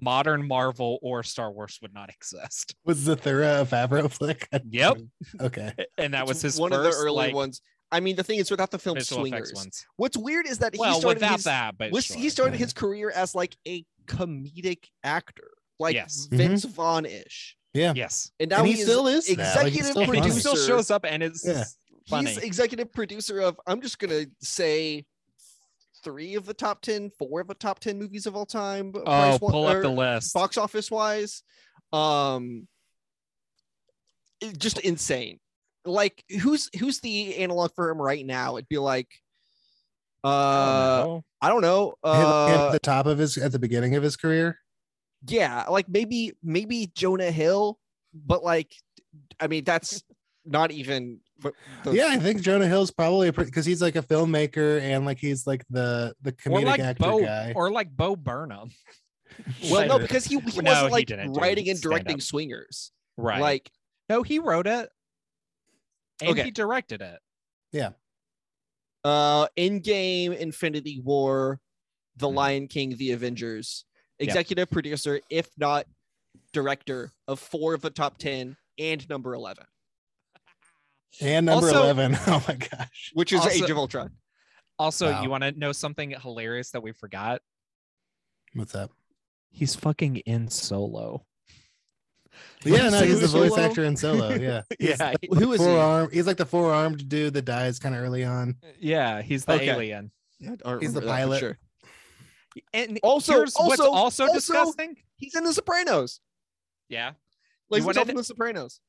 A: modern Marvel or Star Wars would not exist.
B: was the thorough Favreau flick
A: Yep,
B: okay
A: and that was
D: It's
A: his
D: one
A: first,
D: of the early
A: like,
D: ones. I mean, the thing is, without the film
A: visual effects
D: Swingers,
A: ones.
D: what's weird is that he
A: Well,
D: started
A: without
D: his,
A: that, but
D: was- he
A: sure.
D: started
B: yeah.
D: his career as like a comedic actor, like
A: Yes.
D: Vince Vaughn ish,
B: yeah
A: yes,
D: and now
B: And he
D: he's
B: still is now, like, he's
D: executive
B: still funny.
A: he
B: Funny.
D: producer.
A: still shows up and it's
B: Yeah.
A: funny.
D: He's executive producer of. I'm just gonna say. Three of the top ten, four of the top ten movies of all time.
A: oh,
D: price wa-
A: pull up the
D: or-
A: list.
D: box office wise um it- just insane like who's who's the analog for him right now it'd be like
A: I
D: uh
A: don't know.
D: i don't know
B: Hit- hit
D: uh
B: the top of his at the beginning of his career
D: yeah like maybe maybe jonah hill but like i mean that's not even the- the-
B: yeah i think jonah hill's probably because he's like a filmmaker and like he's like the the
A: or
B: comedic
A: like
B: actor
A: Bo,
B: guy
A: or like Bo Burnham.
D: well no
A: Sure.
D: because he, he
A: No, he
D: wasn't like
A: didn't do
D: writing and
A: stand up.
D: directing swingers
A: right?
D: like
A: no, he wrote it, and
D: Okay.
A: he directed it.
D: uh in game infinity war the
A: Mhm.
D: lion king the avengers
A: Yep.
D: executive producer if not director of four of the top 10 and number 11
B: and number
A: Also-
B: 11 oh my gosh
D: which is
A: Also-
D: age of ultron
A: Also,
B: Wow.
A: you want to know something hilarious that we forgot?
B: what's up
A: He's fucking in Solo.
B: yeah no
D: Who's
B: he's the
D: Solo?
B: voice actor in solo yeah He's
A: Yeah,
B: the-
D: he- who is he?
B: forearm he's like the forearmed dude that dies kind of early on
A: Yeah, he's the
D: Okay.
A: alien.
D: Yeah, I don't
B: He's the
D: remember that for
B: pilot.
D: sure.
A: And
D: Also-
A: here's what's
D: also-
A: also,
D: also-
A: disgusting.
D: he's in the sopranos
A: Yeah,
D: like
A: You
D: he's
A: wanna-
D: in the sopranos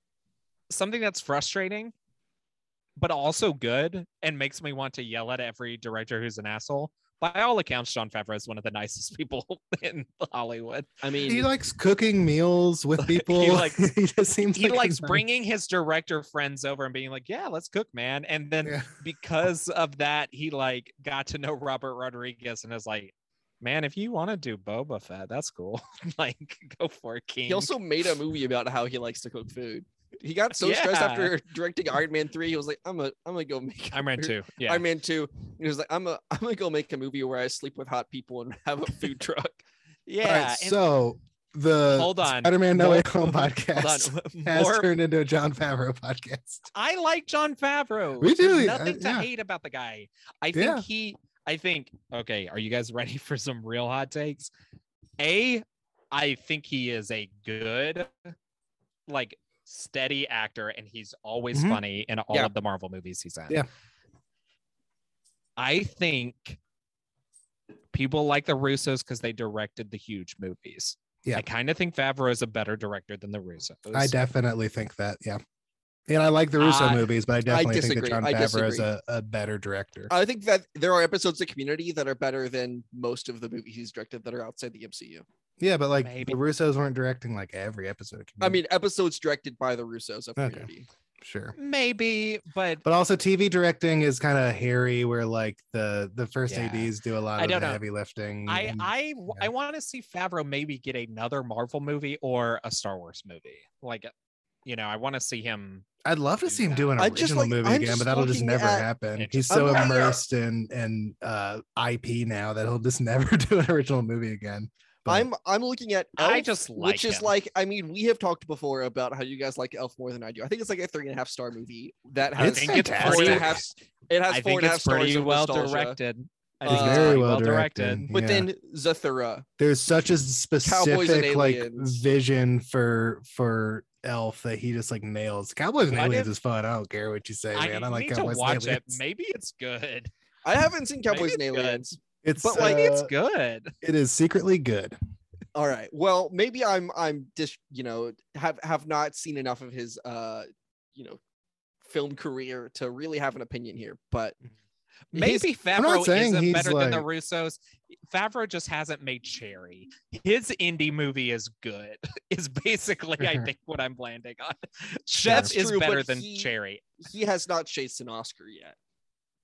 A: something that's frustrating, but also good, and makes me want to yell at every director who's an asshole. By all accounts, John Favreau is one of the nicest people in Hollywood.
D: i mean
B: he likes cooking meals with people
A: he likes-
B: he just seems
A: He
B: like a
A: likes
B: nice-
A: bringing his director friends over and being like, "Yeah, let's cook, man." And then
B: yeah.
A: because of that, he like got to know Robert Rodriguez and is like, "Man, if you want to do Boba Fett, that's cool. like, go for it, King."
D: he also made a movie about how he likes to cook food he got so stressed
A: Yeah.
D: after directing iron man 3 he was like i'm a, i'm gonna go make
A: I'm right too. Yeah.
D: Iron Man 2. He was like, I'm a I'm gonna go make a movie where I sleep with hot people and have a food truck.
B: All
A: Yeah.
B: right,
A: and-
B: so the
A: Hold on.
B: spider-man no
A: More-
B: way home
A: hold on,
B: podcast has
A: more-
B: turned into a john favreau podcast
A: I like John Favreau.
B: Me too,
A: There's
B: I-
A: Nothing to
B: yeah.
A: hate about the guy. I think
B: Yeah.
A: he. I think. Okay. Are you guys ready for some real hot takes? A. I think he is a good, like, steady actor, and he's always
B: Mhm.
A: funny in all
D: Yeah.
A: of the Marvel movies he's in.
B: Yeah.
A: I think people like the Russos because they directed the huge movies.
B: Yeah.
A: I kind of think Favreau is a better director than the Russos.
B: I definitely think that, yeah. And I like the Russo
A: I-
B: movies, but I definitely think that
D: disagree.
B: John
D: I
B: Favreau is
D: disagree.
B: a, a better director.
D: I think that there are episodes of Community that are better than most of the movies he's directed that are outside the MCU.
B: yeah, but like
A: maybe.
B: the Russos weren't directing like every episode. Of
D: I
B: Community,
D: mean, episodes directed by the Russos of
B: Okay.
D: Community.
B: sure.
A: Maybe, but
B: But also TV directing is kind of hairy, where like the the first
A: Yeah.
B: ads do a lot
A: I
B: of the
A: don't know.
B: heavy lifting.
A: I
B: and-
A: I w- I want to see Favreau maybe get another Marvel movie or a Star Wars movie. Like, uh, you know, I want to see him.
B: I'd love to
A: do
B: see him
A: that.
B: do an
D: I just,
B: original
D: like,
B: movie
D: I'm
B: again,
D: just
B: but that'll just
D: looking
B: never
D: at-
B: happen.
A: It
B: He's
A: just-
B: so
D: I'm not-
B: immersed in in uh, IP now that he'll just never do an original movie again. But
D: I'm I'm looking at Elf,
A: I just like
D: Oh, which is
A: him.
D: like I mean, we have talked before about how you guys like Elf more than I do. I think it's like a three and a half star movie that
B: I
D: has
B: think
D: four
B: it's
D: and a
B: fantastic.
D: half it has
A: I
D: four
A: think
D: and a half
A: it's pretty
D: stars of
A: well
D: nostalgia.
A: directed. I
D: Uh,
A: think
B: it's
A: it's
B: very
A: pretty
B: well directed.
A: directed.
D: But
B: yeah.
D: then Zathura.
B: there's such a
D: Cowboys and
B: specific like
D: Aliens.
B: vision for for elf that he just like nails cowboys and
A: What
B: aliens
A: if-
B: is fun i don't care what you say
A: I
B: man i like
A: need to
B: cowboys and
A: watch it.
B: Aliens.
A: Maybe it's good.
D: I haven't seen Cowboys and
A: it's good.
D: Aliens.
B: it's
D: but,
B: like
D: like, uh,
A: Maybe it's good.
B: it is secretly good
D: All right. Well, maybe I'm I'm just you know have have not seen enough of his uh you know film career to really have an opinion here, but his-
A: Mm-hmm. Maybe
B: I'm not
A: Favreau
B: saying
A: isn't
B: he's
A: better than the
B: like-
A: Russos. Favreau just hasn't made Cherry. His indie movie is good. Is basically I
B: Mhm.
A: think what I'm landing on. Chef
D: That's
A: is
D: true, but
A: better than
D: he-
A: Cherry.
D: he has not chased an Oscar yet.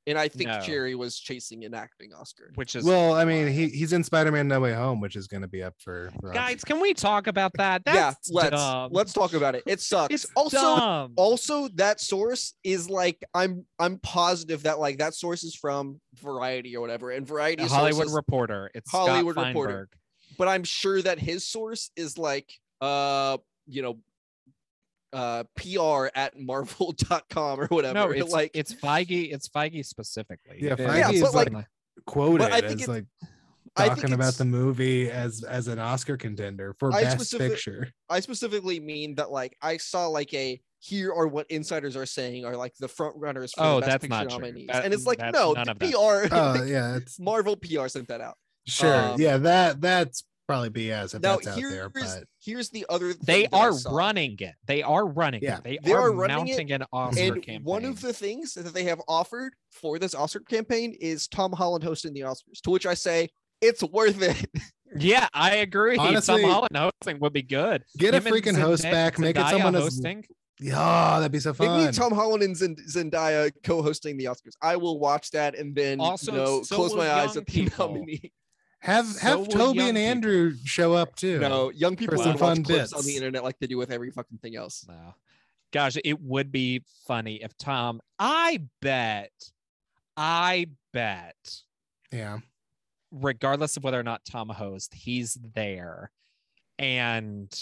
D: And I think
A: No.
D: Jerry was chasing an acting Oscar.
A: which is
B: well, I mean,
A: wild.
B: he, he's in Spider-Man: No Way Home, which is going to be up for, for
A: guys, can we talk about that? That's
D: yeah, let's
A: dumb.
D: let's talk about it. It sucks.
A: It's
D: also,
A: dumb.
D: also that source is like I'm I'm positive that like that source is from Variety or whatever, and Variety
A: A
D: is
A: Hollywood
D: sources,
A: Reporter. It's
D: Hollywood
A: Scott
D: Reporter.
A: Feinberg.
D: but I'm sure that his source is like uh you know uh PR at Marvel.com or whatever.
A: No, it's
D: like
A: like it's Feige. It's Feige specifically.
B: Yeah,
A: It is.
B: Feige
D: Yeah, is but, like-
A: definitely-
B: quoted
D: I think
B: as
D: it-
B: like
D: I think
B: talking about
D: it's-
B: the movie as as an Oscar contender for
D: I
B: Best
D: specific-
B: Picture.
D: I specifically mean that like I saw like a here are what insiders are saying are like the front runners for
A: Oh,
D: the best
A: that's
D: picture
A: not true.
D: nominees.
A: That-
D: and it's like
A: that's
D: no,
A: none
D: the
A: of that.
D: PR
B: Oh yeah, it's
D: Marvel PR sent that out.
B: sure.
D: Um,
B: yeah, that that's probably BS if
D: now
B: that's out
D: here's
B: there. But
D: here's the
A: They
D: other thing that I
A: are
D: saw.
A: running it. They are running
B: Yeah.
A: it. They,
D: They
A: are,
D: are running it,
A: mounting an Oscar
D: and
A: campaign.
D: one of the things that they have offered for this Oscar campaign is Tom Holland hosting the Oscars, to which I say it's worth it.
A: yeah, I agree.
B: Honestly-
A: Tom Holland hosting would be good.
B: get a
A: Him and
B: freaking host
A: Zendaya-
B: back. Make it
A: Zendaya
B: someone as
A: hosting.
B: yeah, that'd be so
D: Maybe
B: fun.
D: Tom Holland and Zend- Zendaya co-hosting the Oscars. I will watch that and then
A: Also,
D: you know,
A: so
D: close
A: will
D: my eyes
A: young
D: at the
A: people.
D: nominee.
B: have
A: so
B: have
A: will
B: Toby
A: young
B: and
A: people.
B: Andrew show up too.
D: No, young people
B: some
D: would watch
B: fun
D: clips on the
B: bits.
D: internet like they do with every fucking thing else.
A: No. Gosh, it would be funny if Tom. I bet. I bet.
B: Yeah.
A: Regardless of whether or not Tom hosts, he's there, and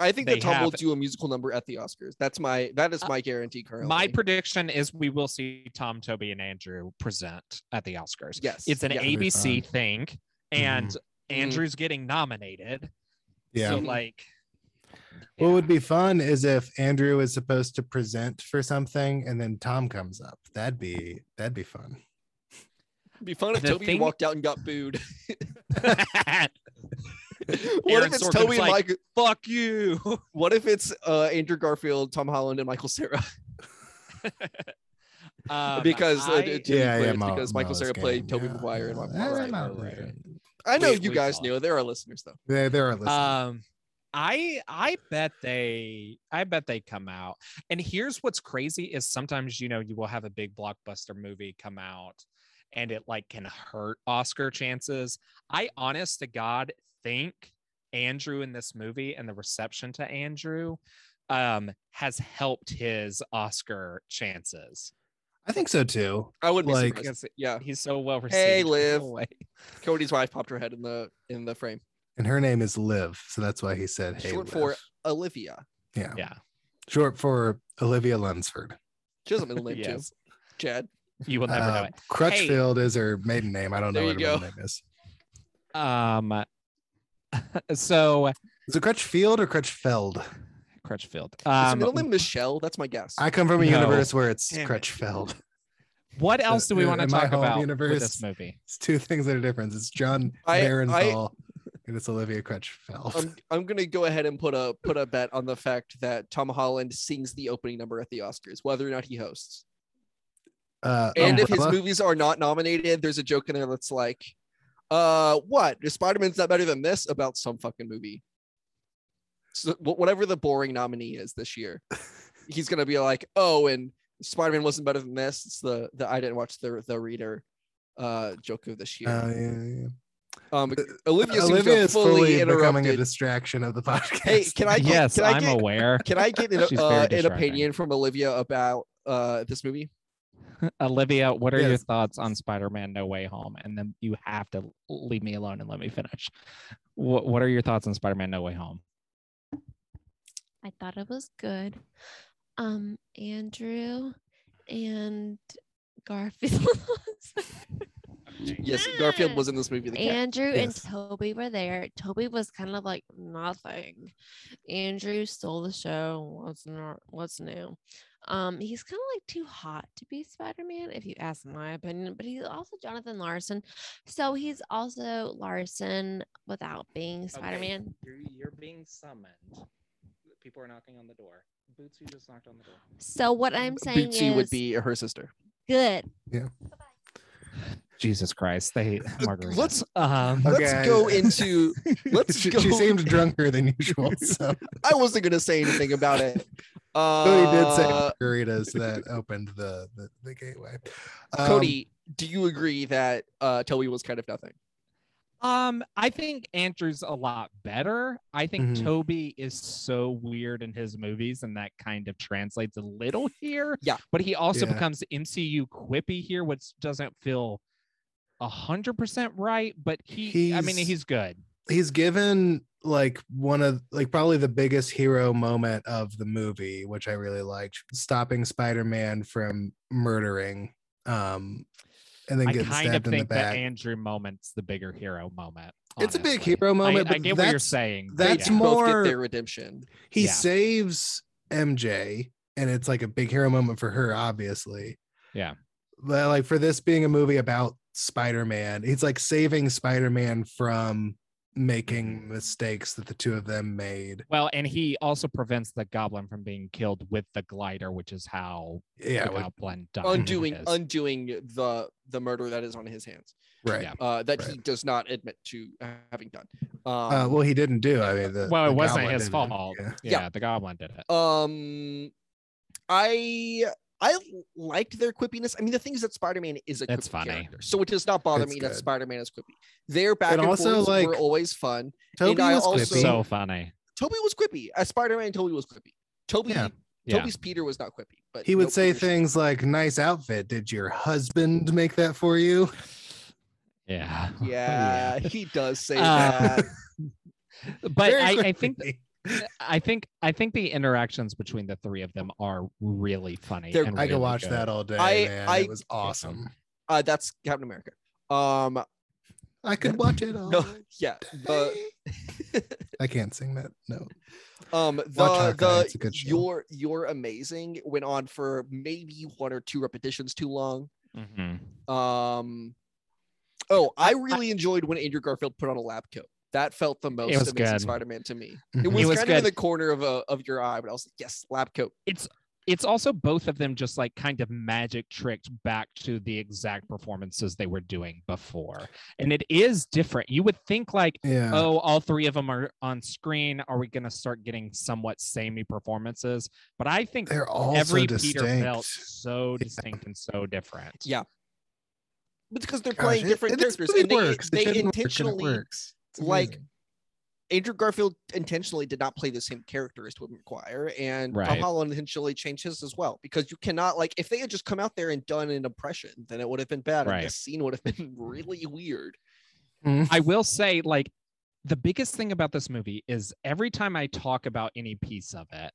D: I think
A: They
D: that Tom will
A: have-
D: do a musical number at the Oscars. That's my that is my guarantee currently.
A: My prediction is we will see Tom, Toby, and Andrew present at the Oscars.
D: yes,
A: It's an
B: That'd be
D: yes.
B: Mm-hmm.
A: ABC thing, and
B: Mm.
A: Andrew's getting nominated.
B: Yeah.
A: So
D: Mhm.
A: like,
B: What would be fun is if Andrew is supposed to present for something and then Tom comes up. That'd be that'd be fun.
D: It'd be fun if
A: The
D: Toby
A: thing-
D: walked out and got booed.
A: yeah.
D: what
A: Aaron
D: if it's
A: Sorkin's
D: Toby and
A: like-
D: Michael?
A: fuck you.
D: What if it's uh, Andrew Garfield, Tom Holland, and Michael Sarah?
A: Um,
D: because uh,
A: I-
D: to be
B: yeah,
D: clear,
B: yeah.
D: it's
B: Mo-
D: because Michael
B: Mo's
D: Sarah played
B: game.
D: Toby
B: Yeah,
D: Maguire and
B: yeah,
D: Michael
B: yeah,
D: Sarah.
B: Mo-
D: Maguire. I know
A: We-
D: you
A: we
D: guys
A: saw.
D: knew. There are listeners though.
B: There, there are listeners.
D: Uh,
A: um i i bet they i bet they come out and here's what's crazy is sometimes you know you will have a big blockbuster movie come out and it like can hurt oscar chances i honest to god think andrew in this movie and the reception to andrew um has helped his oscar chances
B: I think so too.
D: I would be
B: Like-
D: surprised. Yeah,
A: he's so well received
D: uh, Hey, Liv.
A: Away.
D: Cody's wife popped her head in the in the frame.
B: And her name is Liv, so that's why he said hey,
D: Short
B: Liv.
D: for Olivia.
B: yeah.
A: yeah
B: short for Olivia Lunsford.
D: She has a middle name too.
A: yes
D: Chad.
A: you will never know
B: Uh,
A: it
B: Crutchfield is her maiden name. I don't know
D: There
B: what her
D: you
B: middle
D: go.
B: name is.
A: um so
B: Is it Crutchfield or Crutchfeld?
A: crutchfield
D: Is her
A: um
D: middle name Michelle? That's my guess.
B: I come from a
A: No.
B: universe where it's
D: Damn it.
B: Crutchfeld.
A: What else do we
B: in-
A: want to
B: in my
A: talk
B: home
A: about with
B: universe.
A: this movie?
B: It's two things that are different. It's John
D: I- Um,
B: Barenthal and it's Olivia Crutchfeld.
D: I'm, I'm gonna go ahead and put a put a bet on the fact that Tom Holland sings the opening number at the Oscars, whether or not he hosts.
B: uh,
D: And if his
B: Umbrella?
D: movies are not nominated, there's a joke in there that's like, uh, what? Spider Man's not better than this about some fucking movie. So, wh- whatever the boring nominee is this year, he's going to be like, oh, and Spider Man wasn't better than this. It's the, the I didn't watch the, the reader uh, joke of this year.
B: Uh, yeah, yeah, yeah.
D: um, Olivia, seems to
B: Olivia
D: have
B: is fully becoming a
D: interrupted.
B: distraction of the podcast.
D: Hey, can I get,
A: yes,
D: can I
A: I'm
D: get,
A: aware.
D: can I get
A: She's
D: an,
A: very
D: uh, an
A: distracting.
D: opinion from Olivia about uh, this movie?
A: Olivia, what are your
B: Yes.
A: thoughts on Spider-Man: No Way Home? And then you have to leave me alone and let me finish. What What are your thoughts on Spider-Man: No Way Home?
E: I thought it was good. Um, Andrew and Garfield.
D: Yes, Garfield was in this movie. The cat.
E: Andrew
B: Yes.
E: and Toby were there. Toby was kind of like nothing. Andrew stole the show. What's not what's new? Um, he's kind of like too hot to be Spider-Man, if you ask my opinion, but he's also Jonathan Larson. So he's also Larson without being Spider-Man.
A: You're, you're being summoned. People are knocking on the door. Bootsy just knocked on the door.
E: So what I'm saying
D: Bootsy
E: is
D: would be her sister.
E: good.
A: Jesus Christ! They margaritas.
D: let's-
A: um,
B: Okay, I-
D: Let's go into. let's
B: she,
D: go-
B: she seemed drunker than usual. So
D: I wasn't gonna say anything about it.
B: Cody did say
D: Uh,
B: margaritas that opened the the, the gateway. Um,
D: Cody, do you agree that uh, Toby was kind of nothing?
A: Um, I think Andrew's a lot better. I think
B: Mhm.
A: Toby is so weird in his movies, and that kind of translates a little here.
D: Yeah.
A: But he also
B: Yeah.
A: becomes MCU quippy here, which doesn't feel a hundred percent right, but he I mean
B: He's-
A: he's good.
B: he's given like one of like probably the biggest hero moment of the movie which i really liked stopping spider-man from murdering um and then
A: I
B: getting
A: kind of
B: stabbed in the
A: think that
B: back
A: Andrew moment's the bigger hero moment.
B: It's a big
A: honestly.
B: hero moment,
A: I, I
B: but
A: get what you're
B: that's-
A: saying. but
B: that's
D: they
A: yeah.
D: do both
B: more-
D: get their redemption.
B: he
A: yeah.
B: saves mj and it's like a big hero moment for her obviously
A: Yeah.
B: but like for this being a movie about spider-man it's like saving spider-man from
A: Mm-hmm.
B: making mistakes that the two of them made
A: well, and he also prevents the goblin from being killed with the glider, which is how
B: yeah
A: the
B: like-
A: goblin dies.
D: Undoing
A: is.
D: undoing the the murder that is on his hands.
B: right
A: yeah.
D: Uh, that he
B: Right.
D: does not admit to uh, having done. Um,
B: Uh, well, he didn't do. I mean, the,
A: well, it
B: the
A: wasn't
B: goblin
A: his
B: did it.
A: fault.
B: Yeah.
A: Yeah. the goblin did it.
D: um i i liked their quippiness i mean the thing is that spider-man is a
A: That's
D: quippy
A: funny.
D: character so it does not bother
B: It's
D: me that
B: good.
D: spider-man is quippy their back
B: And
D: and,
B: also,
D: forths
B: like,
D: were always fun
B: Toby
D: I
B: was
D: also-
B: quippy.
A: so funny.
D: toby was quippy as spider-man toby was quippy toby
B: Yeah.
A: Yeah.
D: toby's peter was not quippy but
B: he would
D: no
B: say
D: Peter should-
B: things like, "Nice outfit. Did your husband make that for you?"
A: Yeah.
B: Oh,
D: yeah he does say
A: Uh,
D: that
A: But
B: Very
A: I, I think
B: quippy.
A: I think I think the interactions between the three of them are really funny.
D: They're-
A: and
B: I could
A: really
B: watch
A: good.
B: that all day.
D: I-
B: man.
D: I-
B: it was awesome.
D: uh that's captain america um
B: I could watch it all.
D: no yeah the
B: day. I can't sing that. No,
D: Um, the
B: Hawkeye,
D: the
B: it's a good show.
D: you're you're amazing went on for maybe one or two repetitions too long.
A: Mhm.
D: Um, oh, I really enjoyed when Andrew Garfield put on a lab coat. That felt the most
A: was
D: amazing
A: good.
D: Spider-Man to me.
B: Mhm.
D: It
B: It
D: was,
A: was
D: kind of in
A: good.
D: the corner of a, of your eye, but I was like, yes, lab coat.
A: It's also both of them just like kind of magic tricked back to the exact performances they were doing before. And it is different. You would think like
B: yeah.
D: uh,
A: oh, all three of them are on screen. Are we going to start getting somewhat samey performances? But I think
B: They're all so
A: every Peter
B: distinct.
A: felt so
B: Yeah.
A: distinct and so different.
D: Yeah. It's because they're
B: Gosh,
D: playing
B: it-
D: different
B: it- this
D: characters.
B: movie
D: and they,
B: works. It
D: they
B: shouldn't work, and it
D: intentionally
B: works. It's
D: like,
B: amazing.
D: Andrew Garfield intentionally did not play the same character as Tobey Maguire, and Tom
A: Right.
D: Holland intentionally changed his as well because you cannot like if they had just come out there and done an impression, then it would have been bad. And
A: Right.
D: this scene would have been really weird.
A: I will say, like, the biggest thing about this movie is every time I talk about any piece of it,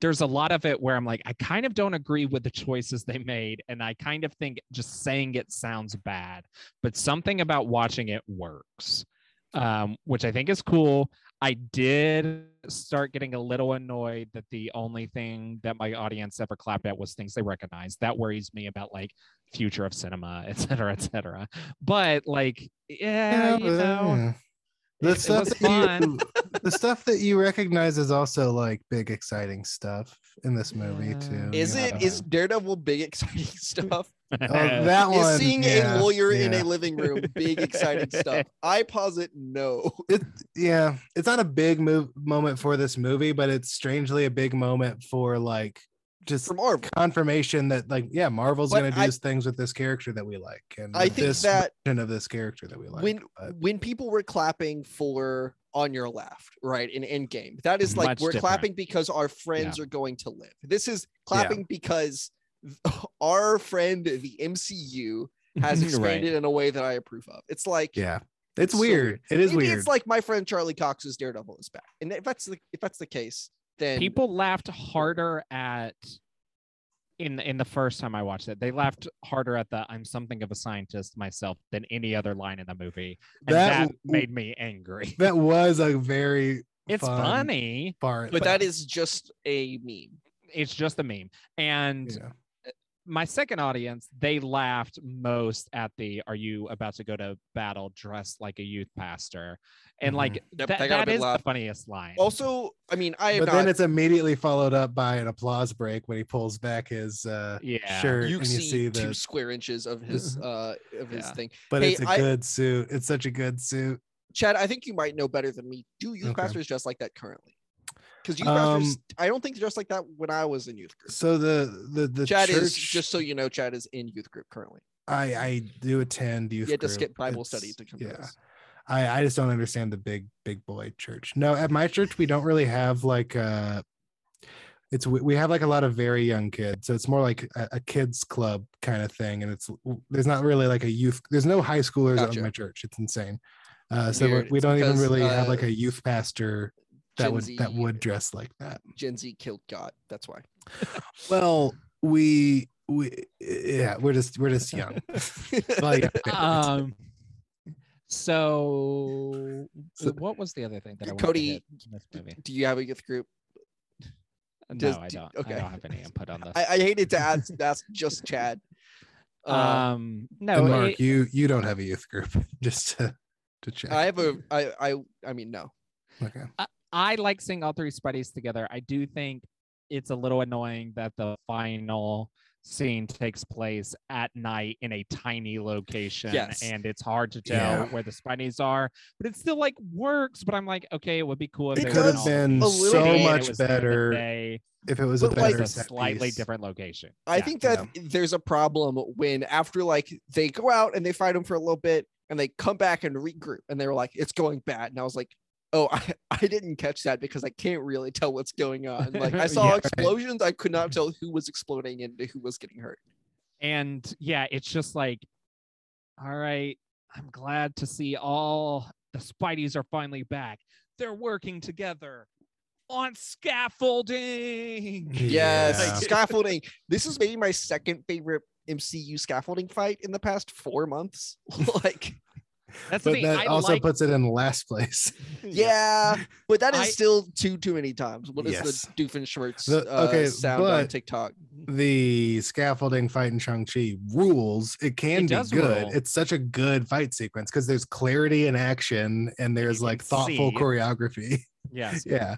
A: there's a lot of it where I'm like, I kind of don't agree with the choices they made. And I kind of think just saying it sounds bad, but something about watching it works, um, which I think is cool. I did start getting a little annoyed that the only thing that my audience ever clapped at was things they recognized. That worries me about like future of cinema, et cetera, et cetera. But like,
D: uh,
A: yeah, you
B: but,
A: know,
B: yeah.
A: it-
B: the
A: it
B: stuff
A: was
B: that
A: fun.
B: you, the stuff that you recognize is also like big exciting stuff in this movie
A: Yeah.
B: too.
D: Is
B: you
D: it
B: know?
D: is Daredevil big exciting stuff?
B: Oh, that one?
D: is seeing
B: yeah,
D: a lawyer in
B: yeah.
D: a living room big exciting stuff? I posit no.
B: yeah it's not a big move moment for this movie but it's strangely a big moment for like just
D: From Marvel,
B: confirmation that like yeah marvel's
D: But
B: gonna do
D: I-
B: things with this character that we like and
D: I
B: with
D: think
B: this
D: that
B: version of this character that we like uh,
D: when
B: but-
D: when people were clapping for on your left right in endgame that is like
A: Much
D: we're
A: different.
D: clapping because our friends are going to live this is clapping because our friend the mcu has
A: Right.
D: expanded in a way that i approve of it's like
B: yeah it's
D: so
B: weird it is
D: maybe
B: weird
D: it's like my friend charlie cox's daredevil is back and if that's the if that's the case then
A: people laughed harder at in in the first time I watched it. They laughed harder at the "I'm something of a scientist myself" than any other line in the movie, and
B: That-
A: that, made me angry.
B: that was a very
A: It's
B: fun
A: funny.
B: part
D: but that is just a meme
A: It's just a meme. And
B: you know.
A: my second audience, they laughed most at the "Are you about to go to battle dressed like a youth pastor?" And
B: Mhm.
A: like
D: Yep,
A: that,
D: that got a
A: that
D: big
A: is the
D: laugh.
A: funniest line.
D: also i mean i am
B: but then
D: not
B: it's immediately followed up by an applause break when he pulls back his uh
A: yeah,
B: shirt
D: you
B: and you
D: see
B: see
D: two
B: the
D: square inches of his uh of his
A: Yeah.
D: thing
B: but
D: Hey,
B: it's a
D: I-
B: good suit it's such a good suit
D: Chad, I think you might know better than me. Do youth
B: Okay.
D: pastors dress like that currently? Because you guys, were
B: Um,
D: s- I don't think dressed like that when I was in youth group.
B: So the the the
D: Chad
B: church,
D: is just so you know, Chad is in youth group currently.
B: I I do attend youth.
D: You had to
B: group.
D: skip Bible
B: It's-
D: study to come
B: Yeah,
D: to this.
B: I I just don't understand the big big boy church. No, at my church we don't really have like uh it's we we have like a lot of very young kids, so it's more like a, a kids club kind of thing, and it's there's not really like a youth. There's no high schoolers
D: Gotcha.
B: at my church. It's insane. Uh, so
D: Weird.
B: we- we
D: It's
B: don't even
D: because,
B: really have
D: uh,
B: like a youth pastor that
D: Gen
B: would that
D: Z-
B: would dress like that.
D: Gen Z killed God. That's why.
B: Well, we we yeah, we're just we're just young. well, yeah,
A: um so,
B: So-
A: what was the other thing that I wanted to
D: Cody,
A: hit in this movie?
D: Do you have a youth group? does-
A: no, I
D: do-
A: don't.
D: okay.
A: I don't have any input on this.
D: I, I hated to ask. That's just Chad. Uh,
A: um,
B: And
A: no,
B: Mark,
A: it-
B: you you don't have a youth group, just to to check.
D: Uh, I have a. I. I. I mean, no.
B: okay.
A: I like seeing all three Spideys together. I do think it's a little annoying that the final scene takes place at night in a tiny location
D: Yes.
A: and it's hard to tell
B: Yeah.
A: where the Spideys are, but it still like works. But I'm like, okay, it would be cool if
D: It
A: they
B: It
A: were
B: could
A: in
B: have
A: all
B: been
D: a
A: three
D: little
B: so
A: and it
D: bit-
B: much
A: was during the
B: better
A: day,
B: if it was a
D: But,
A: but
B: better
A: it's a
B: set
A: slightly
B: piece.
A: different location.
D: I
A: Yeah.
D: think that there's a problem when after like they go out and they fight him for a little bit and they come back and regroup and they were like, it's going bad. And I was like, oh, I, I didn't catch that because I can't really tell what's going on. Like I saw
A: Yeah, right.
D: explosions. I could not tell who was exploding and who was getting hurt.
A: and yeah it's just like all right i'm glad to see all the spideys are finally back they're working together on scaffolding
D: Yes.
B: Yeah.
D: Scaffolding. This is maybe my second favorite MCU scaffolding fight in the past four months. like,
A: that's the
B: But
A: thing
B: that
A: I
B: also
A: like,
B: puts it in last place.
D: yeah, but that is
A: I-
D: still too too many times. What is
B: Yes.
D: the Doofenshmirtz
B: The-
D: uh,
B: okay,
D: sound on
B: but-
D: TikTok?
B: The scaffolding fight in Shang-Chi rules. It can
A: It
B: be
A: does
B: good.
A: rule.
B: It's such a good fight sequence because there's clarity in action and there's
A: you
B: like
A: can
B: thoughtful
A: see.
B: choreography.
A: yes
B: yeah.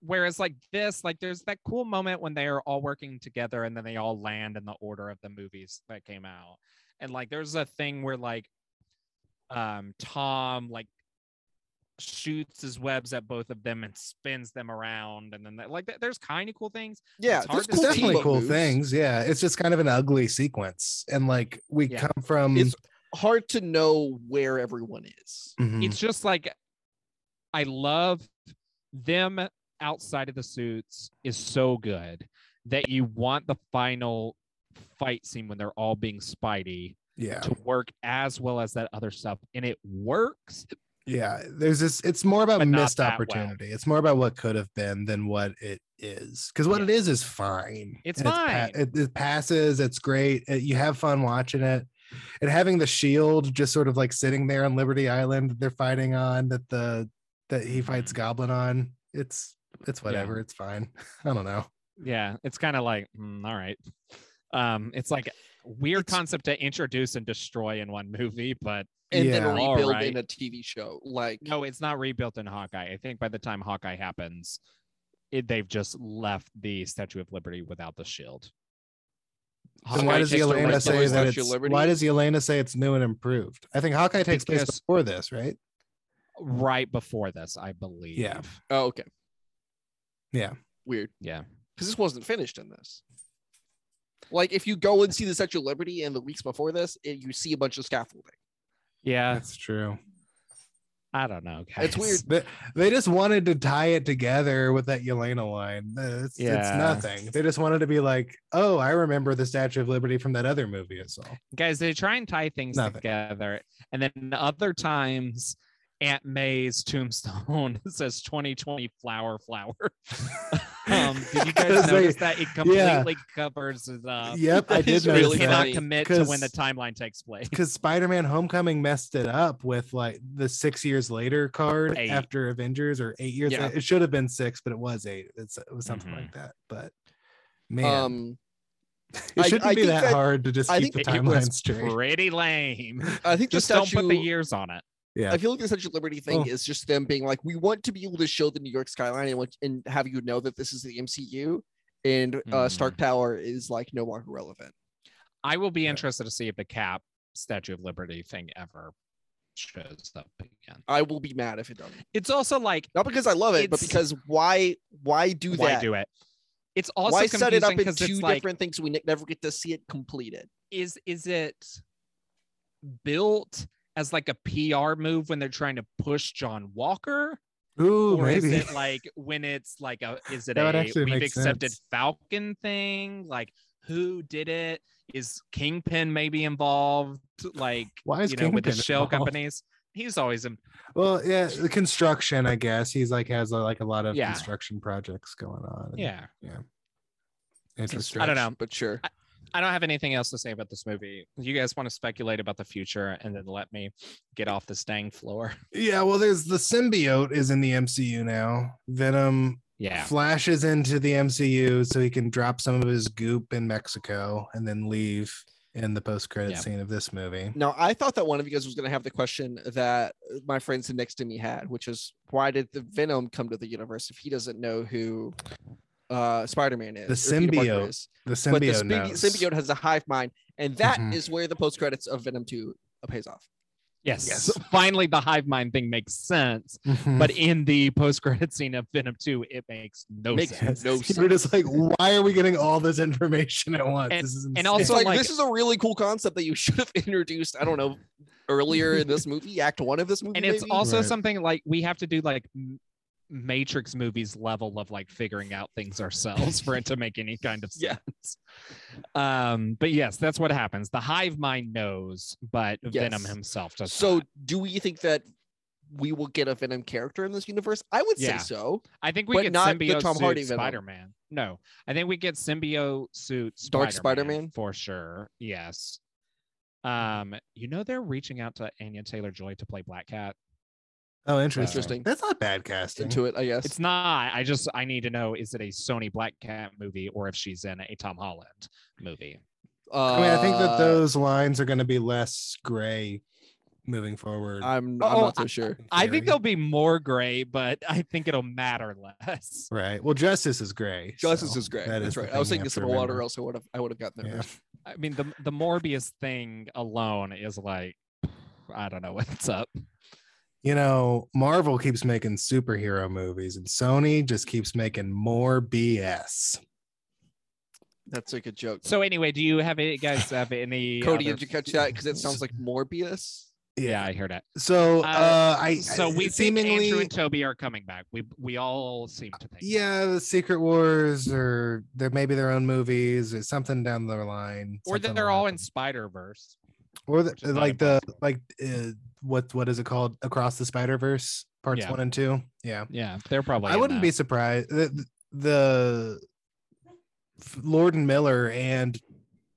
A: whereas like this like there's that cool moment when they are all working together and then they all land in the order of the movies that came out and like there's a thing where like um tom like shoots his webs at both of them and spins them around and then that, like th- there's kind of cool things
D: Yeah,
A: It's hard
D: there's
A: to
B: It's
A: see.
B: definitely
D: teamwork
B: cool
D: moves.
B: things. Yeah. It's just kind of an ugly sequence. And like we
A: Yeah.
B: come from
D: It's hard to know where everyone is.
B: Mhm.
A: it's just like I love them outside of the suits is so good that you want the final fight scene when they're all being Spidey
B: yeah.
A: to work as well as that other stuff, and it works.
B: yeah there's this it's more about
A: But not
B: missed
A: that well.
B: opportunity it's more about what could have been than what it is because what it is is fine
A: It's
B: And
A: fine.
B: it, it passes it's great it- you have fun watching it and having the shield just sort of like sitting there on liberty island that they're fighting on that the that he
A: Mm-hmm.
B: fights goblin on it's it's whatever it's fine i don't know
A: Yeah, it's kind of like mm, all right. Um, it's like a weird
D: It's-
A: concept to introduce and destroy in one movie, but
D: And then
B: Yeah.
A: All
D: rebuild
A: right.
D: in a TV show. Like
A: no, it's not rebuilt in Hawkeye. I think by the time Hawkeye happens, it, they've just left the Statue of Liberty without the shield.
B: then
A: Hawkeye
B: why does
A: takes the
B: Yelena
A: right
B: say
A: place.
B: that
D: Statue of
B: it's
D: Liberty?
B: why does Yelena say it's new and improved? I think Hawkeye takes place
A: Because-
B: before this, right?
A: right before this, I believe.
D: oh, okay.
B: Yeah.
D: Weird.
A: Yeah.
D: Because this wasn't finished in this. Like if you go and see the Statue of Liberty in the weeks before this, it, you see a bunch of scaffolding.
A: Yeah.
B: That's true.
A: I don't know.
D: It's
A: guys.
D: weird.
B: They, they just wanted to tie it together with that Yelena line. Uh, It's,
A: Yeah.
B: it's nothing. They just wanted to be like, oh, I remember the Statue of Liberty from that other movie as well.
A: Guys, they try and tie things
B: Nothing.
A: together. And then other times, Aunt May's tombstone says 2020 flower, flower. um, did you guys
B: 'Cause they-
A: notice that it completely covers it up?
B: Yep, I
D: That is
B: did
A: They
B: notice
D: really
A: cannot
D: funny,
A: commit to when the
B: 'cause-
A: timeline takes place.
B: Because Spider-Man: Homecoming messed it up with like the six years later card
A: Eight.
B: after Avengers, or eight years.
D: Yeah.
B: la- It should have been six, but it was eight. It's, it was something
A: Mhm.
B: like that. But man,
D: Um
B: it
D: I-
B: shouldn't
D: I
B: be
D: think
B: that,
D: that-
B: hard to just
D: I
B: keep
D: think
B: the
A: It was
B: timeline straight.
A: pretty lame.
D: I think the
A: Just
D: statue
A: don't put the years on it.
B: yeah,
D: I feel like the Statue of Liberty thing
B: Oh.
D: is just them being like, we want to be able to show the New York skyline and, want, and have you know that this is the MCU and uh,
A: Mhm.
D: Stark Tower is like no longer relevant.
A: I will be
B: Yeah.
A: interested to see if the cap Statue of Liberty thing ever shows up again.
D: I will be mad if it doesn't.
A: It's also like
D: Not because I love it, but
A: It's-
D: because why? Why do
A: why
D: that?
A: do it? It's also
D: why
A: confusing
D: set it up in
A: 'cause
D: two
A: it's like,
D: different things? We ne- never get to see it completed.
A: is is it built as like a PR move when they're trying to push John Walker?
B: Ooh,
A: or
B: maybe.
A: is it like when it's like a is it
B: That would
A: a
B: actually
A: we've
B: make
A: accepted
B: sense.
A: Falcon thing? Like who did it? Is Kingpin maybe involved? Like
B: Why is
A: you know, with the
B: Kingpin
A: shell
B: involved?
A: companies? He's always in
B: Well, yeah, the construction. I guess he's like has a, like a lot of
A: Yeah.
B: construction projects going on. and
A: yeah.
B: it's a
A: I don't
B: stretch.
A: know.
D: But sure,
A: I don't have anything else to say about this movie. You guys want to speculate about the future and then let me get off this dang floor.
B: Yeah, well, there's the symbiote is in the MCU now. Venom
A: Yeah.
B: flashes into the MCU so he can drop some of his goop in Mexico and then leave in the post-credit
A: Yeah.
B: scene of this movie.
D: Now, I thought that one of you guys was going to have the question that my friends next to me had, which is why did the Venom come to the universe if he doesn't know who uh, Spider Man is?
B: The
D: or Peter Parker
B: symbiote
D: is?
B: The symbiote
D: But the symbi-
B: knows.
D: symbiote has a hive mind, and that is
B: Mhm.
D: where the post credits of Venom 2 pays off.
A: Yes.
B: Yes.
A: Finally, the hive mind thing makes sense.
B: Mhm.
A: But in the post credit scene of Venom 2, it makes no
D: Makes
A: sense.
D: no
B: You We're just like, why are we getting all this information at once?
A: And-
B: this is
A: and
B: insane.
D: It's
A: also- So,
D: like,
A: like-
D: this is a really cool concept that you should have introduced, I don't know, earlier in this movie, act one of this movie.
A: And it's
D: maybe?
A: also
B: Right.
A: something like we have to do like M- Matrix movies level of like figuring out things ourselves for it to make any kind of
D: Yeah.
A: sense. Um, but yes, that's what happens. The hive mind knows, but Venom
D: Yes.
A: himself does.
D: So,
A: not.
D: do we think that we will get a Venom character in this universe? I would
A: Yeah.
D: say so.
A: I think we
D: but
A: get
D: not the
A: symbiote
D: Tom Hardy Venom.
A: Spider Man. No, I think we get symbiote suit
D: Dark Spider-Man?
A: for sure. Yes. Um, you know they're reaching out to Anya Taylor Joy to play Black Cat.
B: oh, interesting.
D: Interesting.
B: That's not bad casting.
D: Into it, I guess.
A: It's not. I just I need to know is it a Sony Black Cat movie or if she's in a Tom Holland movie.
D: Uh,
B: I mean, I think that those lines are going to be less gray moving forward.
D: I'm, I'm
A: Oh,
D: not so sure.
B: in
A: I think
B: theory.
A: they'll be more gray, but I think it'll matter less.
B: Right. Well, justice is gray.
D: Justice
B: so
D: is great.
B: that
D: That's
B: is the
D: right. I was
B: thing
D: thinking
B: you
D: some
B: have to
D: water,
B: remember.
D: else I would have I would have gotten there.
B: Yeah.
D: first.
A: I mean the the Morbius thing alone is like I don't know what's up.
B: You know, Marvel keeps making superhero movies, and Sony just keeps making more BS.
D: That's a good joke.
A: So anyway, do you have any guys have any
D: Cody,
A: other-
D: did you catch that? Because it sounds like Morbius.
A: Yeah, I heard it.
B: So,
A: Uh,
B: uh, I
A: so
B: I-
A: we think
B: seemingly
A: Andrew and Toby are coming back. We we all seem to think. that.
B: yeah, the Secret Wars or there maybe their own movies or something down the line.
A: Or
B: something
A: that they're
B: will
A: all in
B: happen.
A: Spider Verse.
B: or the,
A: which is not
B: like the like uh, what what is it called? Across the Spider Verse parts
A: Yeah.
B: one and two. Yeah.
A: Yeah, they're probably.
B: I
A: in
B: wouldn't
A: that.
B: be surprised. The, the F- Lord and Miller and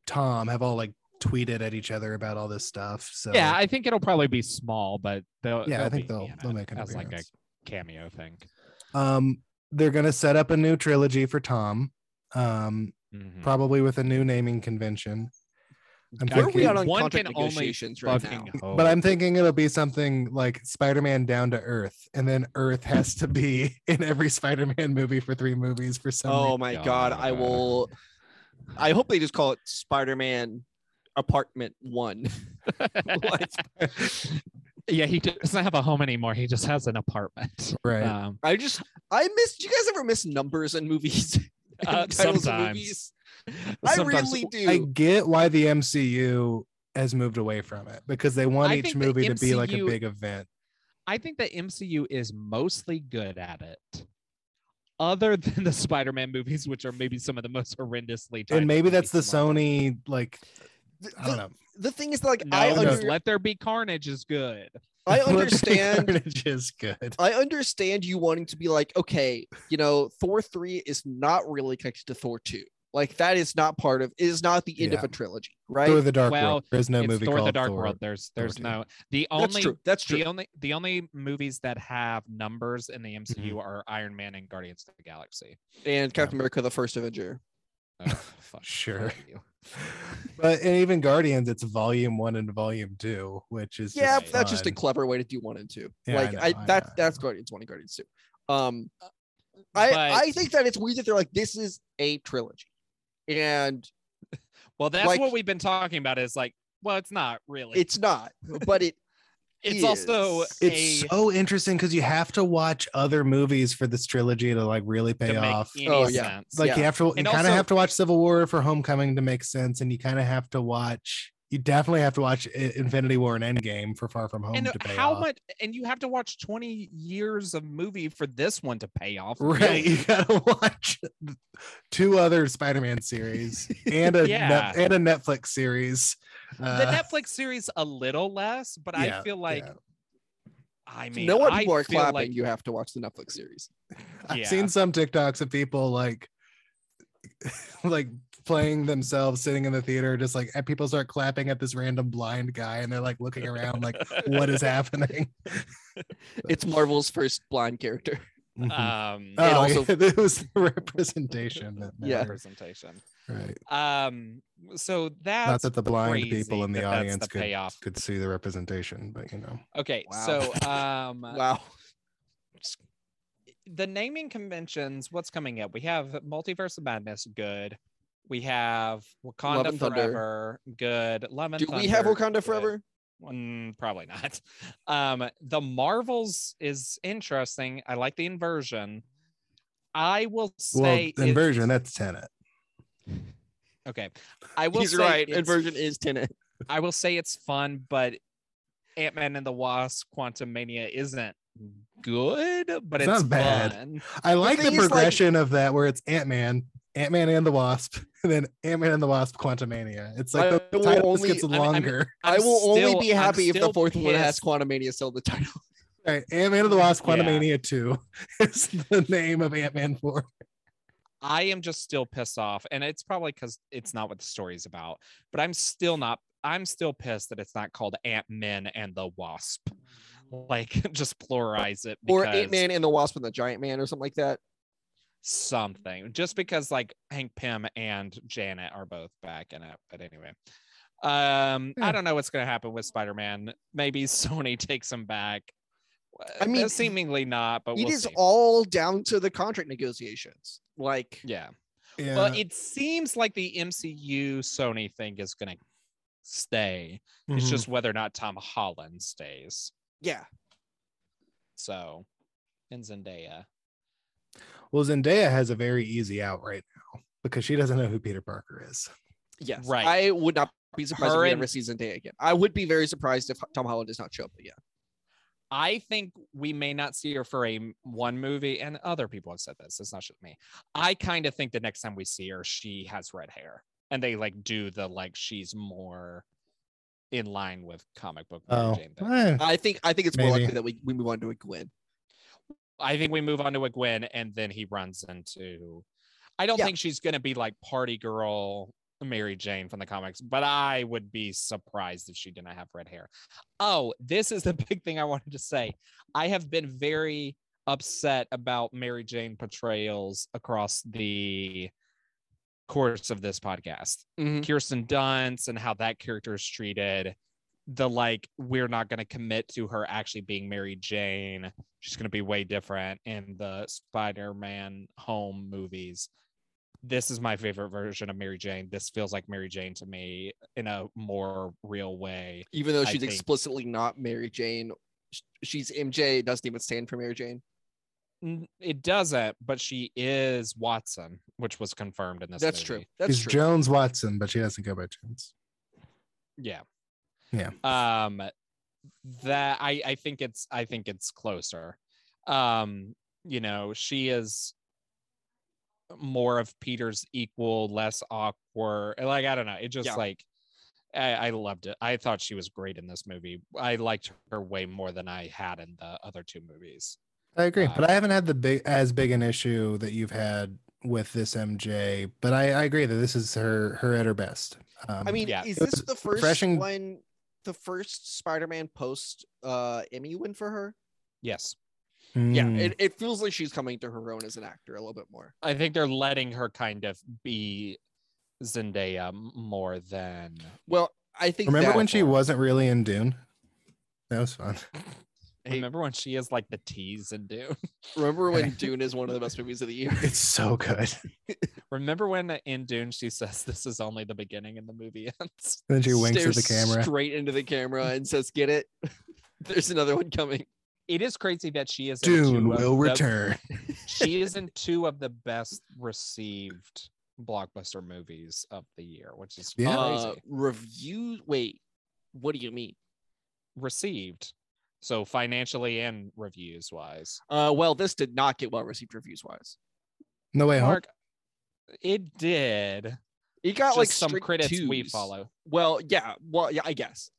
B: Tom have all like tweeted at each other about all this stuff. So
A: Yeah, I think it'll probably be small, but they'll.
B: yeah,
A: they'll
B: I think
A: be
B: they'll
A: in
B: they'll
A: it
B: make an
A: as like a
B: appearance.
A: cameo thing.
B: Um, they're gonna set up a new trilogy for Tom, um,
A: Mhm.
B: probably with a new naming convention. I'm
A: Where
D: Where are
B: thinking,
D: we out on
A: One
D: contract
A: can only
D: negotiations right now?
A: Fucking hope.
B: but I'm thinking it'll be something like Spider-Man Down to Earth, and then Earth has to be in every Spider-Man movie for three movies for some.
D: Oh
B: reason.
D: my god, I
A: God.
D: will. I hope they just call it Spider-Man Apartment One. Like,
A: yeah, he doesn't have a home anymore. He just has an apartment.
B: Right.
A: Um,
D: I just I miss. Do you guys ever miss numbers in movies? And
A: Uh,
D: titles of
A: sometimes.
D: movies? I
A: sometimes-
D: really do.
B: I get why the MCU has moved away from it because they want
A: I
B: each
A: think the
B: movie to be like a
A: MCU
B: big event.
A: I think the MCU is mostly good at it. Other than the Spider-Man movies, which are maybe some of the most horrendously,
B: And
A: timed
B: maybe that's the
A: movies in Marvel.
B: Sony, like,
D: The-
B: I don't know.
D: the thing is, like,
A: No,
D: I,
A: no,
D: under-
A: Let There Be Carnage is good.
D: I
B: Olympic
D: understand
B: Carnage is good.
D: I understand you wanting to be like, okay, you know, Thor 3 is not really connected to Thor 2. Like that is not part of it is not the end of
B: Yeah.
D: a trilogy, right?
B: Thor the Dark
A: Well,
B: World. There's no
A: it's
B: movie
A: Thor:
B: called
A: The Dark
B: Thor.
A: World. There's there's
B: two.
A: no the
D: That's
A: only
D: true. That's true.
A: the only the only movies that have numbers in the MCU
B: Mm-hmm.
A: are Iron Man and Guardians of the Galaxy.
D: and Captain America the First Avenger.
A: Oh, fuck,
B: Sure.
A: fuck you.
B: But and even Guardians, it's volume one and volume two, which is
D: Yeah,
A: Right.
D: but that's just a
B: fun.
D: clever way to do one and two.
B: Yeah, I
D: like
B: know,
D: I,
B: I
D: that's
B: know.
D: that's Guardians 1 and Guardians 2. Um I
A: But-
D: I think that it's weird that they're like, this is a trilogy. And
A: Well, that's
D: Like-
A: what we've been talking about. Is like, well, it's not really.
D: it's not, but it
A: It's also
D: Yes.
B: It's
A: a-
B: so interesting because you have to watch other movies for this trilogy to like really pay
A: to
B: off.
A: make any
D: Oh, yeah.
A: sense.
B: like
D: Yeah.
B: you have to you
A: And
B: kind of
A: also-
B: have to watch Civil War for Homecoming to make sense, and you kind of have to watch you definitely have to watch I- Infinity War and Endgame for Far From Home
A: and
B: to pay
A: how
B: off.
A: much and you have to watch 20 years of movie for this one to pay off
B: Right, you gotta watch two other Spider-Man series and a
A: Yeah.
B: Net- and a Netflix series. Uh,
A: the netflix series a little less but
B: yeah,
A: i feel like
B: yeah.
A: i
D: If
A: mean
D: no one
A: I
D: people are
A: feel
D: clapping.
A: like-
D: you have to watch the Netflix series.
B: I've
A: yeah.
B: seen some TikToks of people like like playing themselves sitting in the theater, just like and people start clapping at this random blind guy, and they're like looking around like, what is happening?
D: It's Marvel's first blind character.
B: Mhm.
A: um
B: oh,
D: also-
B: yeah, it was the representation that
D: Yeah.
B: mattered,
A: representation
B: right.
A: um so that's
B: Not that the blind people in
A: crazy
B: the
A: that that's
B: audience
A: the
B: could
A: payoff.
B: could see the representation, but you know,
A: okay
D: Wow.
A: so um
D: wow.
A: the naming conventions what's coming up we have multiverse of madness good we have
D: Love
A: wakanda
D: and Thunder.
A: forever good lemon
D: Do we have
A: forever?
D: Wakanda Forever?
A: Mm, probably not. Um, the Marvels is interesting. I like the inversion. I will say
B: well,
A: it-
B: inversion that's Tenet.
A: Okay, I will.
D: He's
A: say
D: right.
A: it's-
D: Inversion is Tenet.
A: I will say it's fun, but Ant Man and the Wasp: Quantum Mania isn't good, but
B: It's
A: it's,
B: not bad.
A: fun.
B: I like the
D: thing is, like-
B: progression of that where it's Ant Man, Ant Man and the Wasp, and then Ant Man and the Wasp Quantumania. It's like
D: I
B: the
D: will
B: title
D: only-
B: just gets
D: I
A: mean- I mean-
B: longer.
D: I
A: I'm
D: will
A: still-
D: only be
A: I'm
D: happy if the
A: still
D: fourth one has
A: pissed.
D: Quantumania still the title.
B: Right, Ant Man and the Wasp
A: Yeah.
B: Quantumania 2 is the name of Ant Man 4.
A: I am just still pissed off, and it's probably because it's not what the story's about. But I'm still not. I'm still pissed that it's not called Ant Man and the Wasp. Like, just pluralize it.
D: Mm. Or
A: because-
D: Ant Man and the Wasp and the Giant Man or something like that.
A: something just because like Hank Pym and Janet are both back in it. But anyway, um,
B: Yeah.
D: Hmm.
A: I don't know what's going to happen with Spider Man. Maybe Sony takes him back.
D: I mean,
A: Uh, seemingly not, but
D: it
A: we'll
D: is
A: see.
D: all down to the contract negotiations. Like
A: yeah.
B: Yeah.
A: Well, it seems like the MCU Sony thing is going to stay. It's
B: Mhm.
A: just whether or not Tom Holland stays.
D: yeah,
A: So, and Zendaya.
B: well, Zendaya has a very easy out right now because she doesn't know who Peter Parker is.
D: yes.
A: Right.
D: I would not be surprised
A: Her
D: if we
A: and-
D: ever see Zendaya again. I would be very surprised if Tom Holland does not show up again.
A: I think we may not see her for a m- one movie, and other people have said this. It's not just me. I kind of think the next time we see her, she has red hair, and they like do the like she's more in line with comic book Mary
B: Oh,
A: Jane thing.
B: eh,
D: I think I think it's more
B: Maybe.
D: likely that we, we move on to a Gwen.
A: I think we move on to a Gwen, and then he runs into. I don't
D: Yeah.
A: think she's gonna be like party girl Mary Jane from the comics, but I would be surprised if she didn't have red hair. Oh, this is the big thing I wanted to say. I have been very upset about Mary Jane portrayals across the course of this podcast.
D: Mm-hmm.
A: Kirsten Dunst and how that character is treated. The like, we're not going to commit to her actually being Mary Jane. She's going to be way different in the Spider Man home movies. This is my favorite version of Mary Jane. This feels like Mary Jane to me in a more real way.
D: Even though
A: I
D: she's
A: think-
D: explicitly not Mary Jane, sh- she's MJ. It Doesn't even stand for Mary Jane.
A: N- It doesn't, but she is Watson, which was confirmed in this.
D: That's
A: movie.
D: true. That's
B: She's
D: true.
B: Jones Watson, but she doesn't go by Jones.
A: yeah
B: Yeah.
A: um that i i think it's i think it's closer um you know she is more of peter's equal less awkward like i don't know it just
D: Yeah.
A: like I, I loved it i thought she was great in this movie i liked her way more than i had in the other two movies
B: I agree,
A: Uh,
B: but I haven't had the big as big an issue that you've had with this MJ. But I, I agree that this is her her at her best. Um,
D: I mean,
A: Yeah.
D: is
B: It was
D: this the first
B: refreshing-
D: one? The first Spider-Man post uh, Emmy win for her.
A: yes
D: Yeah,
B: mm,
D: it, it feels like she's coming to her own as an actor a little bit more.
A: i think they're letting her kind of be zendaya m- more than
D: Well, I think
B: remember
D: that-
B: when she wasn't really in Dune? That was fun.
A: remember when she is like the tease and do
D: remember when Dune is one of the best movies of the year.
B: It's so good.
A: Remember when in Dune she says this is only the beginning and the movie ends?
B: And then she winks at the
D: Stares
B: camera.
D: straight into the camera and says, "Get it." There's another one coming.
A: It is crazy that she is in
B: Dune
A: two of
B: will
A: the-
B: return.
A: she is in two of the best received blockbuster movies of the year, which is
B: Yeah.
D: Uh,
A: crazy.
D: review. Wait, what do you mean?
A: Received. So financially and reviews wise.
D: Uh, well, this did not get well received reviews wise.
B: No way home.
A: Mark, it did.
D: It got
A: Just
D: like
A: some
D: strict
A: critics we
D: twos.
A: follow.
D: Well, yeah, well, yeah, I guess.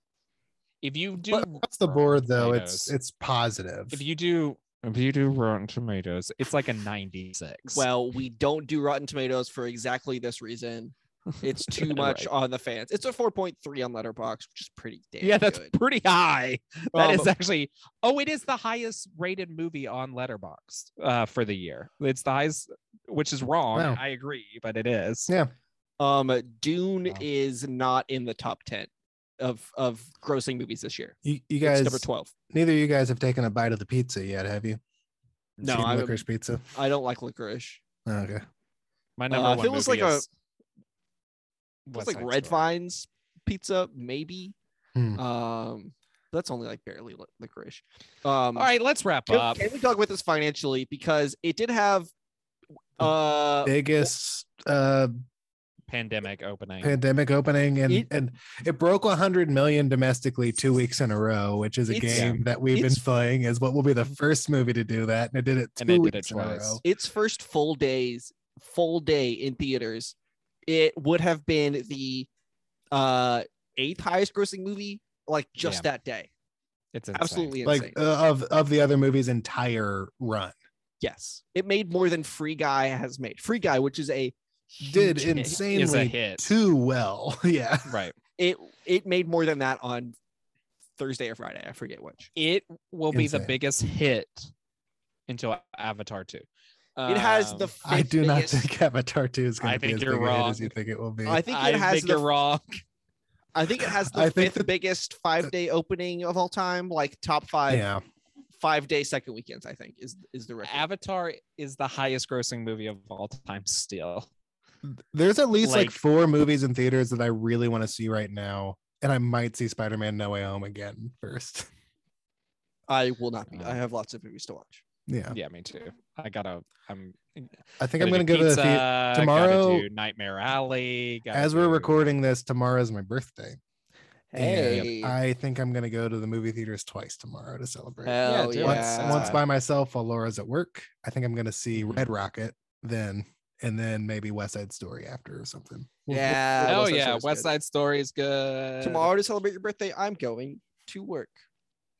A: If you do
B: But across the
A: Rotten
B: board, though, it's
A: Tomatoes,
B: it's positive.
A: if you do if you do Rotten Tomatoes, it's like a 96.
D: Well, we don't do Rotten Tomatoes for exactly this reason. It's too much
A: Right.
D: on the fans. It's a 4.3 on Letterbox, which is pretty damn
A: yeah, that's
D: good.
A: pretty high. That
D: Um,
A: is actually oh, it is the highest rated movie on Letterboxd uh, for the year. It's the highest, which is wrong.
B: Wow.
A: I agree, but it is.
B: Yeah.
D: um Dune
A: Wow.
D: is not in the top 10 of of grossing movies this year.
B: you, you
D: It's
B: guys,
D: number 12.
B: neither of you guys have taken a bite of the pizza yet, have you?
D: No,
B: Seen
D: I haven't.
B: licorice pizza.
D: I don't like licorice.
B: Oh, okay.
A: My
D: Uh,
A: number
D: if
A: one
D: it was
A: movie
D: like a-
A: is
D: It's
A: West
D: like
A: Side
D: Red
A: Story.
D: Vines pizza, maybe.
B: Hmm.
D: Um that's only like barely li- licorice. Um
A: All right, let's wrap
D: Can,
A: up.
D: can we talk about this financially because it did have
A: Hmm.
D: uh
B: Biggest uh
A: Pandemic opening.
B: pandemic opening and
D: It-
B: and it broke 100 million domestically two weeks in a row which is a
D: It's-
B: game that we've been
D: it's- Mm-hmm.
B: playing is what will be the first movie to do that and it did it two
A: And they did
B: weeks
A: it
B: in a
A: twice.
B: row
D: its first full days full day in theaters it would have been the uh eighth highest grossing movie like just that day
A: it's insane.
D: absolutely insane
B: like uh, of of the other movie's entire run
D: yes it made more than free guy has made free guy which is a
B: did
D: huge hit.
A: is a
B: insanely
A: hit.
B: too well yeah
A: Right.
D: it it made more than that on thursday or friday i forget which
A: It will be the
B: Insane.
A: biggest hit until Avatar 2.
D: it has the
A: Um,
B: i
D: fifth
B: do not
D: biggest-
B: think avatar 2 is
A: I
B: going to be
A: think
B: as big
A: you're
B: a hit as
A: wrong.
B: you think it will be
D: i think it has the
A: you're wrong.
D: I think it has the
B: I think
D: fifth
B: that-
D: biggest five day opening of all time, like top five
B: yeah
D: five day second weekends. I think is is the record.
A: Avatar is the highest grossing movie of all time still.
B: there's at least like,
A: like-
B: four movies in theaters that i really want to see right now and i might see spider-man no way home again first
D: I will not be.
A: Uh,
D: I have lots of movies to watch.
B: yeah
A: Yeah, me too. I gotta I'm
B: I think I'm gonna go to the theater. tomorrow-
A: tomorrow. Do Nightmare Alley. gotta
B: As we're
A: do-
B: recording this, tomorrow's my birthday. and
D: Hey,
B: I think I'm gonna go to the movie theaters twice tomorrow to celebrate.
D: hell
A: do
D: yeah!
A: it.
B: once,
A: yeah.
B: once by myself while Laura's at work. I think I'm gonna see
A: Mhm.
B: Red Rocket then, and then maybe West Side Story after or something. We'll-
D: yeah.
A: Oh
D: West Side
A: yeah,
D: Story's
A: West
D: good.
A: Side Story is good.
D: Tomorrow to celebrate your birthday, I'm going to work.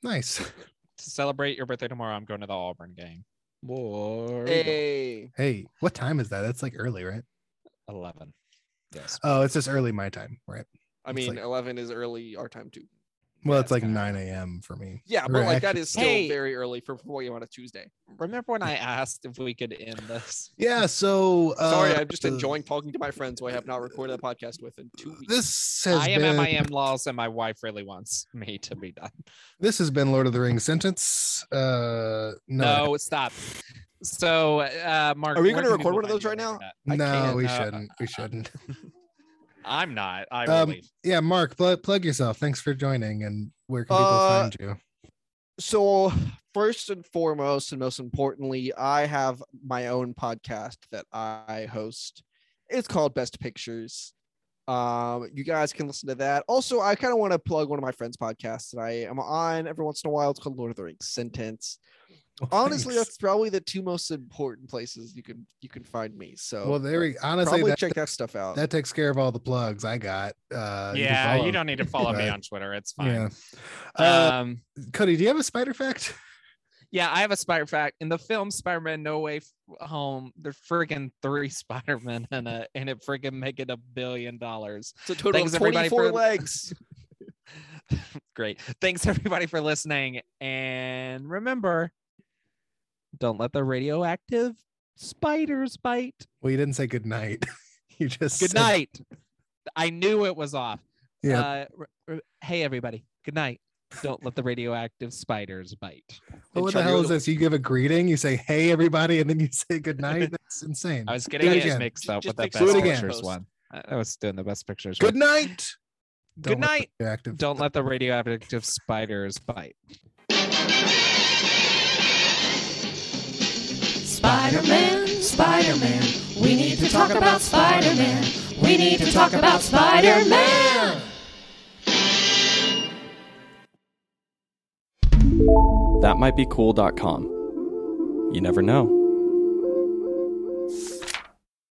B: Nice.
A: to celebrate your birthday tomorrow, I'm going to the Auburn game. Boy,
D: Hey,
B: Hey, what time is that? That's like early, right?
A: eleven. Yes.
B: Oh, it's just early my time, right?
D: I
B: It's
D: mean,
B: like-
D: eleven is early our time too.
B: Well,
A: Yeah,
B: it's
A: it's
B: like
A: kinda-
B: 9 a.m. for me.
D: Yeah,
B: Or
D: but like that
B: actually-
D: is still
A: Hey.
D: very early for what you on a Tuesday.
A: Remember when I asked if we could end this?
B: Yeah, so uh,
D: Sorry, I'm just
B: uh,
D: enjoying talking to my friends who I have not recorded a podcast with in two weeks.
B: This has
A: I am
B: been
A: at my in-laws, and my wife really wants me to be done.
B: this has been Lord of the Rings sentence. Uh,
A: No, stop. So, uh, Mark,
D: Are we
A: where
D: gonna
A: can people
D: record one
A: find
D: of those
A: you
D: right
A: on
D: now?
A: the internet?
B: no,
A: I can't,
B: we
A: uh,
B: shouldn't. We shouldn't.
A: I'm not. I
B: Um,
A: really.
B: Yeah, Mark, plug plug yourself. Thanks for joining. And where can people
D: Uh,
B: find you?
D: so first and foremost and most importantly i have my own podcast that i host it's called best pictures um you guys can listen to that also i kind of want to plug one of my friends podcasts that i am on every once in a while it's called lord of the rings sentence
B: Well,
D: honestly
B: thanks.
D: that's probably the two most important places you can you can find me so
B: well, there we honestly
D: probably
B: that,
D: check that stuff out
B: that takes care of all the plugs I got. Uh, you can
A: yeah,
B: follow-
A: you don't need to follow me
B: Right.
A: on Twitter. It's
B: Yeah.
A: fine.
B: Uh,
A: um,
B: Cody, do you have a spider fact?
A: Yeah, I have a spider fact. In the film Spider-Man No Way F- Home, there's freaking three Spider-Men in it, and it freaking make it a billion dollars.
D: it's a total
A: thanks
D: of
A: everybody
D: 24
A: for-
D: legs
A: Great. Thanks everybody for listening. And remember, don't let the radioactive spiders bite.
B: Well, you didn't say good night. You just
A: Good
B: said-
A: night. I knew it was off.
B: Yeah.
A: Uh, r- r- hey everybody. Good night. Don't let the radioactive spiders bite.
B: Well, what the
D: Charlie,
B: hell
D: you're
B: is
D: the-
B: this? You give a greeting, you say "Hey, everybody," and then you say "Good night." That's insane.
A: I was getting
B: it
A: it
B: again.
A: mixed up with
D: Just
A: the
D: fix
B: it. Do
A: best
B: it again. Uh,
A: pictures one. I I was doing the best pictures.
B: Good
A: one.
B: night.
A: Good night.
B: Active.
A: Don't let the radioactive spiders bite.
E: Spider Man. We need to talk about Spider Man. We need to talk about Spider Man.
F: That might be cool.com. You never know.